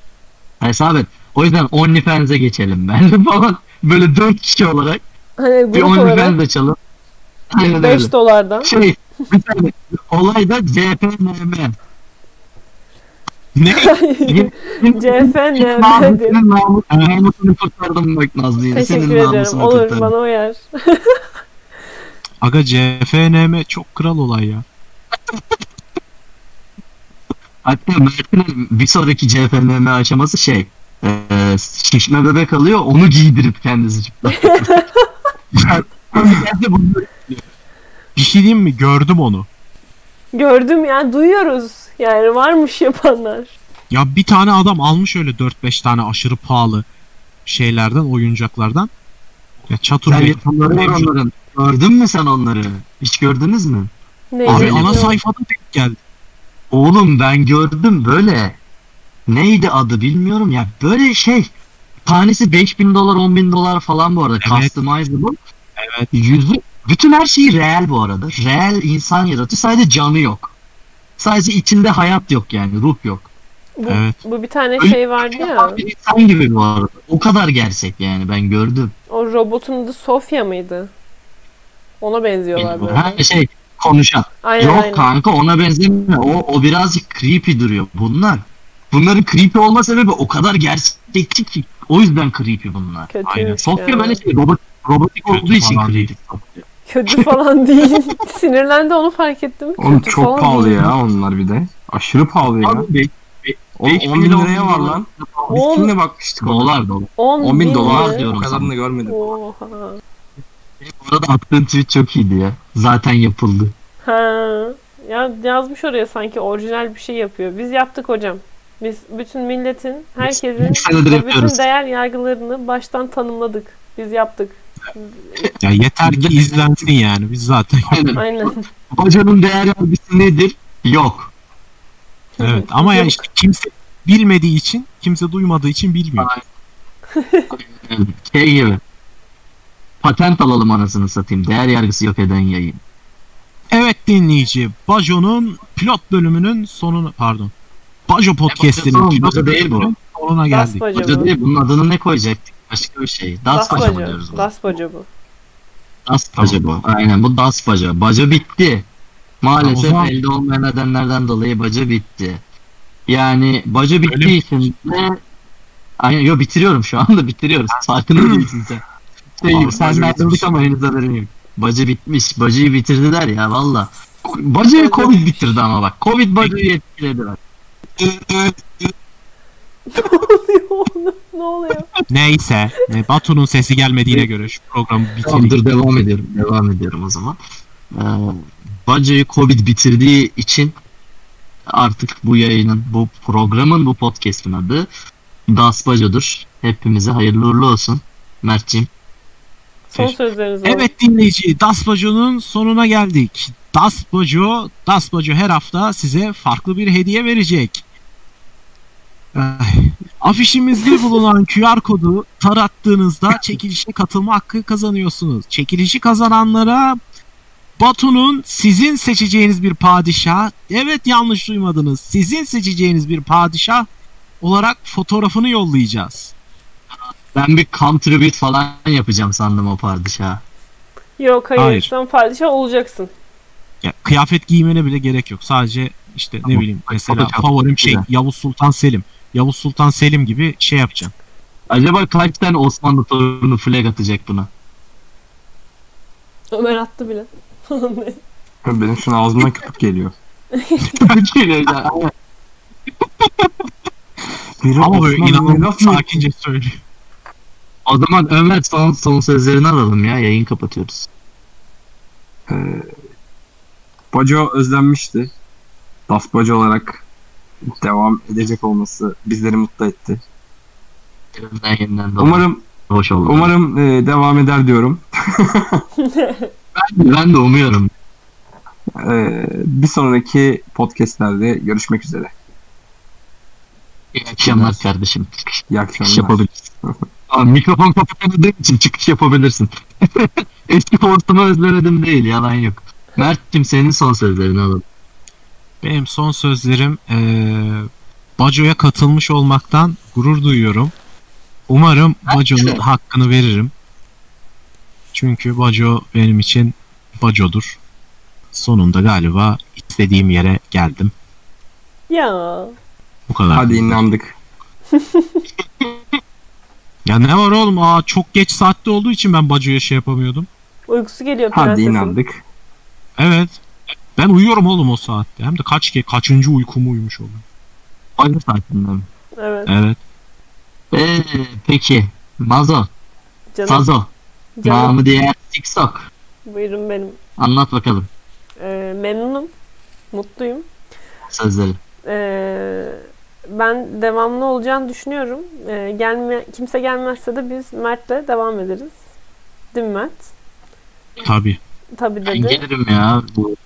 [SPEAKER 3] Hesap et. O yüzden OnlyFans'e geçelim ben falan. Böyle 4 kişi olarak
[SPEAKER 2] Hani
[SPEAKER 3] bir
[SPEAKER 2] grup olarak
[SPEAKER 3] OnlyFans açalım. Aynen öyle.
[SPEAKER 2] 5 dolardan.
[SPEAKER 3] Şey, bir tane olay da CPNM.
[SPEAKER 1] Ne?
[SPEAKER 2] CFNM
[SPEAKER 3] Nazlı,
[SPEAKER 2] dedi.
[SPEAKER 3] senin namus- namusunu kurtardım bak Nazlı yine.
[SPEAKER 2] Teşekkür
[SPEAKER 3] Senin
[SPEAKER 2] ederim.
[SPEAKER 3] namusunu
[SPEAKER 2] Olur
[SPEAKER 3] kurtardım.
[SPEAKER 2] bana uyar.
[SPEAKER 1] Aga CFNM çok kral olay ya.
[SPEAKER 3] Hatta Mert'in bir sonraki CFMM aşaması şey eee, şişme bebek alıyor onu giydirip kendisi çıplak. Ben de bunu-
[SPEAKER 1] Bir şey diyeyim mi? Gördüm onu.
[SPEAKER 2] Gördüm yani duyuyoruz. Yani varmış yapanlar.
[SPEAKER 1] Ya bir tane adam almış öyle 4-5 tane aşırı pahalı şeylerden, oyuncaklardan. Ya çatır
[SPEAKER 3] Ben
[SPEAKER 1] bey.
[SPEAKER 3] yapanları var onların. Gördün mü sen onları? Hiç gördünüz mü?
[SPEAKER 2] Neydi?
[SPEAKER 1] Abi
[SPEAKER 3] Yok.
[SPEAKER 1] ana sayfada denk geldi.
[SPEAKER 3] Oğlum ben gördüm böyle. Neydi adı bilmiyorum ya. Böyle şey. Tanesi 5000 dolar 10 bin dolar falan bu arada.
[SPEAKER 1] Evet.
[SPEAKER 3] Customizable.
[SPEAKER 1] Evet.
[SPEAKER 3] Yüzü, bütün her şeyi real bu arada. Real insan yaratıyor. Sadece canı yok. Sadece içinde hayat yok yani. Ruh yok.
[SPEAKER 2] bu,
[SPEAKER 1] Evet.
[SPEAKER 2] bu bir tane
[SPEAKER 3] Öyle-
[SPEAKER 2] şey vardı ya.
[SPEAKER 3] Bir insan gibi bu arada. O kadar gerçek yani ben gördüm.
[SPEAKER 2] O robotun adı Sofia mıydı? Ona benziyorlar böyle.
[SPEAKER 3] Ha şey konuşan.
[SPEAKER 2] Aynen
[SPEAKER 3] Yok
[SPEAKER 2] aynen.
[SPEAKER 3] kanka ona benzemiyor. O, o birazcık creepy duruyor bunlar. Bunların creepy olma sebebi o kadar gerçekçi ki. O yüzden creepy bunlar.
[SPEAKER 2] Kötüymüş
[SPEAKER 1] Aynen.
[SPEAKER 3] Sofya
[SPEAKER 2] ya.
[SPEAKER 3] böyle şey robot, robotik
[SPEAKER 1] Kötü
[SPEAKER 3] olduğu için
[SPEAKER 1] falan
[SPEAKER 3] creepy.
[SPEAKER 1] değil.
[SPEAKER 2] Kötü falan değil. Sinirlendi onu fark ettim.
[SPEAKER 4] Oğlum
[SPEAKER 2] Kötü
[SPEAKER 4] çok
[SPEAKER 2] falan
[SPEAKER 4] pahalı
[SPEAKER 2] değil.
[SPEAKER 4] ya onlar bir de. Aşırı pahalı ya.
[SPEAKER 3] Abi, be-
[SPEAKER 4] Oğlum
[SPEAKER 3] beş
[SPEAKER 4] 10 bin
[SPEAKER 3] bin
[SPEAKER 4] liraya var
[SPEAKER 3] dolar.
[SPEAKER 4] lan. Biz
[SPEAKER 2] On-
[SPEAKER 4] kimle bakmıştık ona?
[SPEAKER 3] Dolar dolar.
[SPEAKER 2] 10,
[SPEAKER 4] 10 bin dolar
[SPEAKER 2] mi?
[SPEAKER 3] diyor.
[SPEAKER 4] diyorum. O kadarını da görmedim.
[SPEAKER 2] Oha.
[SPEAKER 3] Bu arada attığın tweet çok iyiydi ya. Zaten yapıldı.
[SPEAKER 2] Ha. Ya yazmış oraya sanki orijinal bir şey yapıyor. Biz yaptık hocam. Biz bütün milletin, herkesin
[SPEAKER 3] Bir senedir
[SPEAKER 2] ve bütün
[SPEAKER 3] yapıyoruz.
[SPEAKER 2] değer yargılarını baştan tanımladık. Biz yaptık.
[SPEAKER 1] Ya yeter ki izlensin yani. Biz zaten
[SPEAKER 3] Aynen.
[SPEAKER 2] Aynen.
[SPEAKER 3] Hocanın değer yargısı nedir? Yok.
[SPEAKER 1] evet ama ya işte kimse bilmediği için, kimse duymadığı için bilmiyor.
[SPEAKER 3] şey gibi. Patent alalım anasını satayım. Değer yargısı yok eden yayın.
[SPEAKER 1] Evet dinleyici, Bajo'nun pilot bölümünün sonuna pardon. Bajo podcast'inin
[SPEAKER 3] Bajo
[SPEAKER 1] pilot
[SPEAKER 3] değil bu.
[SPEAKER 1] bölümünün sonuna
[SPEAKER 2] Das
[SPEAKER 1] geldik.
[SPEAKER 2] baca
[SPEAKER 3] Hoca
[SPEAKER 2] bu.
[SPEAKER 3] değil bunun adını ne koyacaktık? Başka bir şey. Das
[SPEAKER 2] Das
[SPEAKER 3] baca mı
[SPEAKER 2] baca.
[SPEAKER 3] diyoruz buna?
[SPEAKER 2] Das baca bu.
[SPEAKER 3] Das baca bu. Aynen bu das baca. Baca bitti. Maalesef
[SPEAKER 1] Ya o zaman-
[SPEAKER 3] elde olmayan nedenlerden dolayı baca bitti. Yani baca bittiği
[SPEAKER 1] mi?
[SPEAKER 3] için de Aynen yo bitiriyorum şu anda bitiriyoruz. Farkında değilsin sen. Şey,
[SPEAKER 4] Abi,
[SPEAKER 3] sen
[SPEAKER 4] baca
[SPEAKER 3] ayrıldık
[SPEAKER 4] bitmiş.
[SPEAKER 3] ama henüz haberin yok. Baca bitmiş. Bacayı bitirdiler ya valla. Bacayı Covid bitirdi ama bak. Covid bacayı etkiledi bak.
[SPEAKER 2] ne oluyor oğlum? Ne oluyor?
[SPEAKER 1] Neyse, e, Batu'nun sesi gelmediğine göre şu programı
[SPEAKER 3] Tamam
[SPEAKER 1] bitireyim.
[SPEAKER 3] dur devam ediyorum. Devam ediyorum o zaman. Ee, Bacayı Covid bitirdiği için artık bu yayının, bu programın, bu podcast'in adı Das Baco'dur. Hepimize hayırlı uğurlu olsun. Mert'ciğim.
[SPEAKER 2] Son sözleriniz oldu.
[SPEAKER 1] Evet dinleyici, Das Bajo'nun sonuna geldik. Das Bajo, Das Bajo her hafta size farklı bir hediye verecek. Ay. Afişimizde bulunan QR kodu tarattığınızda çekilişe katılma hakkı kazanıyorsunuz. Çekilişi kazananlara Batu'nun sizin seçeceğiniz bir padişah, evet yanlış duymadınız, sizin seçeceğiniz bir padişah olarak fotoğrafını yollayacağız.
[SPEAKER 3] Ben bir contribute falan yapacağım sandım o padişaha.
[SPEAKER 2] Yok hayır.
[SPEAKER 1] Hayır.
[SPEAKER 2] Sen padişah olacaksın.
[SPEAKER 1] Ya, kıyafet giymene bile gerek yok. Sadece işte ne
[SPEAKER 3] Tamam.
[SPEAKER 1] bileyim mesela
[SPEAKER 3] Photoshop.
[SPEAKER 1] favorim şey
[SPEAKER 3] Güzel.
[SPEAKER 1] Yavuz Sultan Selim. Yavuz Sultan Selim gibi şey yapacaksın.
[SPEAKER 3] Acaba kaç tane Osmanlı torunu flag atacak buna?
[SPEAKER 2] Ömer attı bile.
[SPEAKER 4] Benim şuna ağzımdan köpük geliyor. Biri
[SPEAKER 1] Ama böyle
[SPEAKER 4] Osmanlı'ya
[SPEAKER 1] inanılmaz
[SPEAKER 4] laf mı-
[SPEAKER 1] sakince söylüyor.
[SPEAKER 3] O zaman Ömer son, son sözlerini alalım ya. Yayın kapatıyoruz.
[SPEAKER 4] Ee, Baco özlenmişti. Daft Baco olarak devam edecek olması bizleri mutlu etti.
[SPEAKER 3] Yeniden yeniden dolan.
[SPEAKER 4] Umarım
[SPEAKER 3] hoş oldu.
[SPEAKER 4] umarım e, devam eder diyorum.
[SPEAKER 3] ben de umuyorum.
[SPEAKER 4] Ee, bir sonraki podcastlerde görüşmek üzere.
[SPEAKER 3] İyi akşamlar kardeşim. Çıkış,
[SPEAKER 4] İyi
[SPEAKER 3] çıkış
[SPEAKER 4] akşamlar.
[SPEAKER 3] yapabilirsin. Aa, mikrofon kapatıldığı için çıkış yapabilirsin. Eski fortumu özlemedim değil. Yalan yok. Mert'cim senin son sözlerini alalım.
[SPEAKER 1] Benim son sözlerim eee Baco'ya katılmış olmaktan gurur duyuyorum. Umarım Baco'nun hakkını veririm. Çünkü Baco benim için Baco'dur. Sonunda galiba istediğim yere geldim.
[SPEAKER 2] ya.
[SPEAKER 1] Bu kadar.
[SPEAKER 4] Hadi inandık.
[SPEAKER 1] Ya ne var oğlum? Aa çok geç saatte olduğu için ben Baco'ya şey yapamıyordum.
[SPEAKER 2] Uykusu geliyor
[SPEAKER 4] Hadi
[SPEAKER 2] prensesin.
[SPEAKER 4] inandık.
[SPEAKER 1] Evet. Ben uyuyorum oğlum o saatte. Hem de kaç ke kaçıncı uykumu uyumuş oldum.
[SPEAKER 3] Aynı saatinde mi?
[SPEAKER 2] Evet.
[SPEAKER 1] Evet.
[SPEAKER 3] Ee, peki. Mazo.
[SPEAKER 2] Canım.
[SPEAKER 3] Fazo.
[SPEAKER 2] canım.
[SPEAKER 3] Namı diğer TikTok.
[SPEAKER 2] Buyurun benim.
[SPEAKER 3] Anlat bakalım
[SPEAKER 2] Ee, memnunum. Mutluyum.
[SPEAKER 3] sözleri.
[SPEAKER 2] Ee, ben devamlı olacağını düşünüyorum. Ee, gelme, kimse gelmezse de biz Mert'le devam ederiz. Değil mi Mert?
[SPEAKER 1] Tabii.
[SPEAKER 2] Tabii
[SPEAKER 3] Ben
[SPEAKER 2] dedi.
[SPEAKER 3] gelirim ya. Bu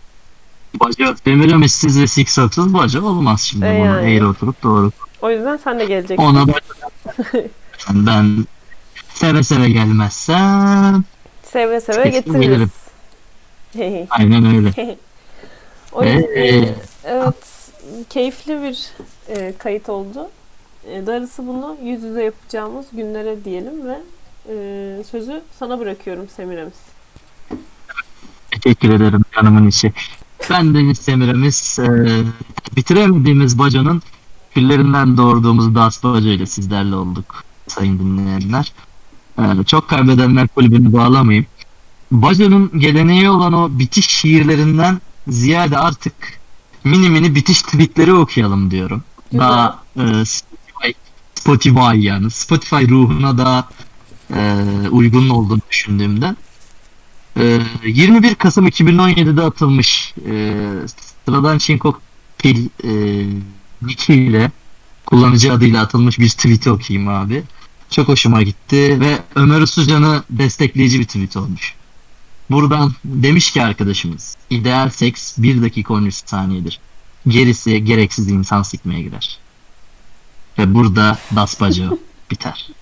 [SPEAKER 3] Baca demiremezsiz ve siksatsız baca olmaz şimdi.
[SPEAKER 2] E
[SPEAKER 3] Ona
[SPEAKER 2] yani.
[SPEAKER 3] eğri oturup doğru.
[SPEAKER 2] O yüzden sen de geleceksin.
[SPEAKER 3] Ona ben seve seve gelmezsem
[SPEAKER 2] Seve seve
[SPEAKER 3] Kesin gelirim.
[SPEAKER 2] getiririz. Hey,
[SPEAKER 3] aynen öyle.
[SPEAKER 2] hey. o yüzden
[SPEAKER 3] Ee,
[SPEAKER 2] evet keyifli bir e, kayıt oldu. E, darısı bunu yüz yüze yapacağımız günlere diyelim ve e, sözü sana bırakıyorum Semiremiz.
[SPEAKER 3] teşekkür ederim canımın içi. Ben Deniz Semiremiz ee, bitiremediğimiz bacanın küllerinden doğurduğumuz Dast Baca ile sizlerle olduk sayın dinleyenler. Ee, çok kaybedenler kulübünü bağlamayayım. Bacanın geleneği olan o bitiş şiirlerinden ziyade artık mini mini bitiş tweetleri okuyalım diyorum.
[SPEAKER 2] Güzel.
[SPEAKER 3] Daha e, Spotify, Spotify yani Spotify ruhuna daha e, uygun olduğunu düşündüğümden. E, 21 Kasım 2017'de atılmış e, sıradan Çinkok Pil e, Niki ile kullanıcı adıyla atılmış bir tweet'i okuyayım abi. Çok hoşuma gitti ve Ömer Usucan'ı destekleyici bir tweet olmuş. Buradan demiş ki arkadaşımız, ideal seks 1 dakika 13 saniyedir. Gerisi gereksiz insan sikmeye girer. Ve burada daspacı biter.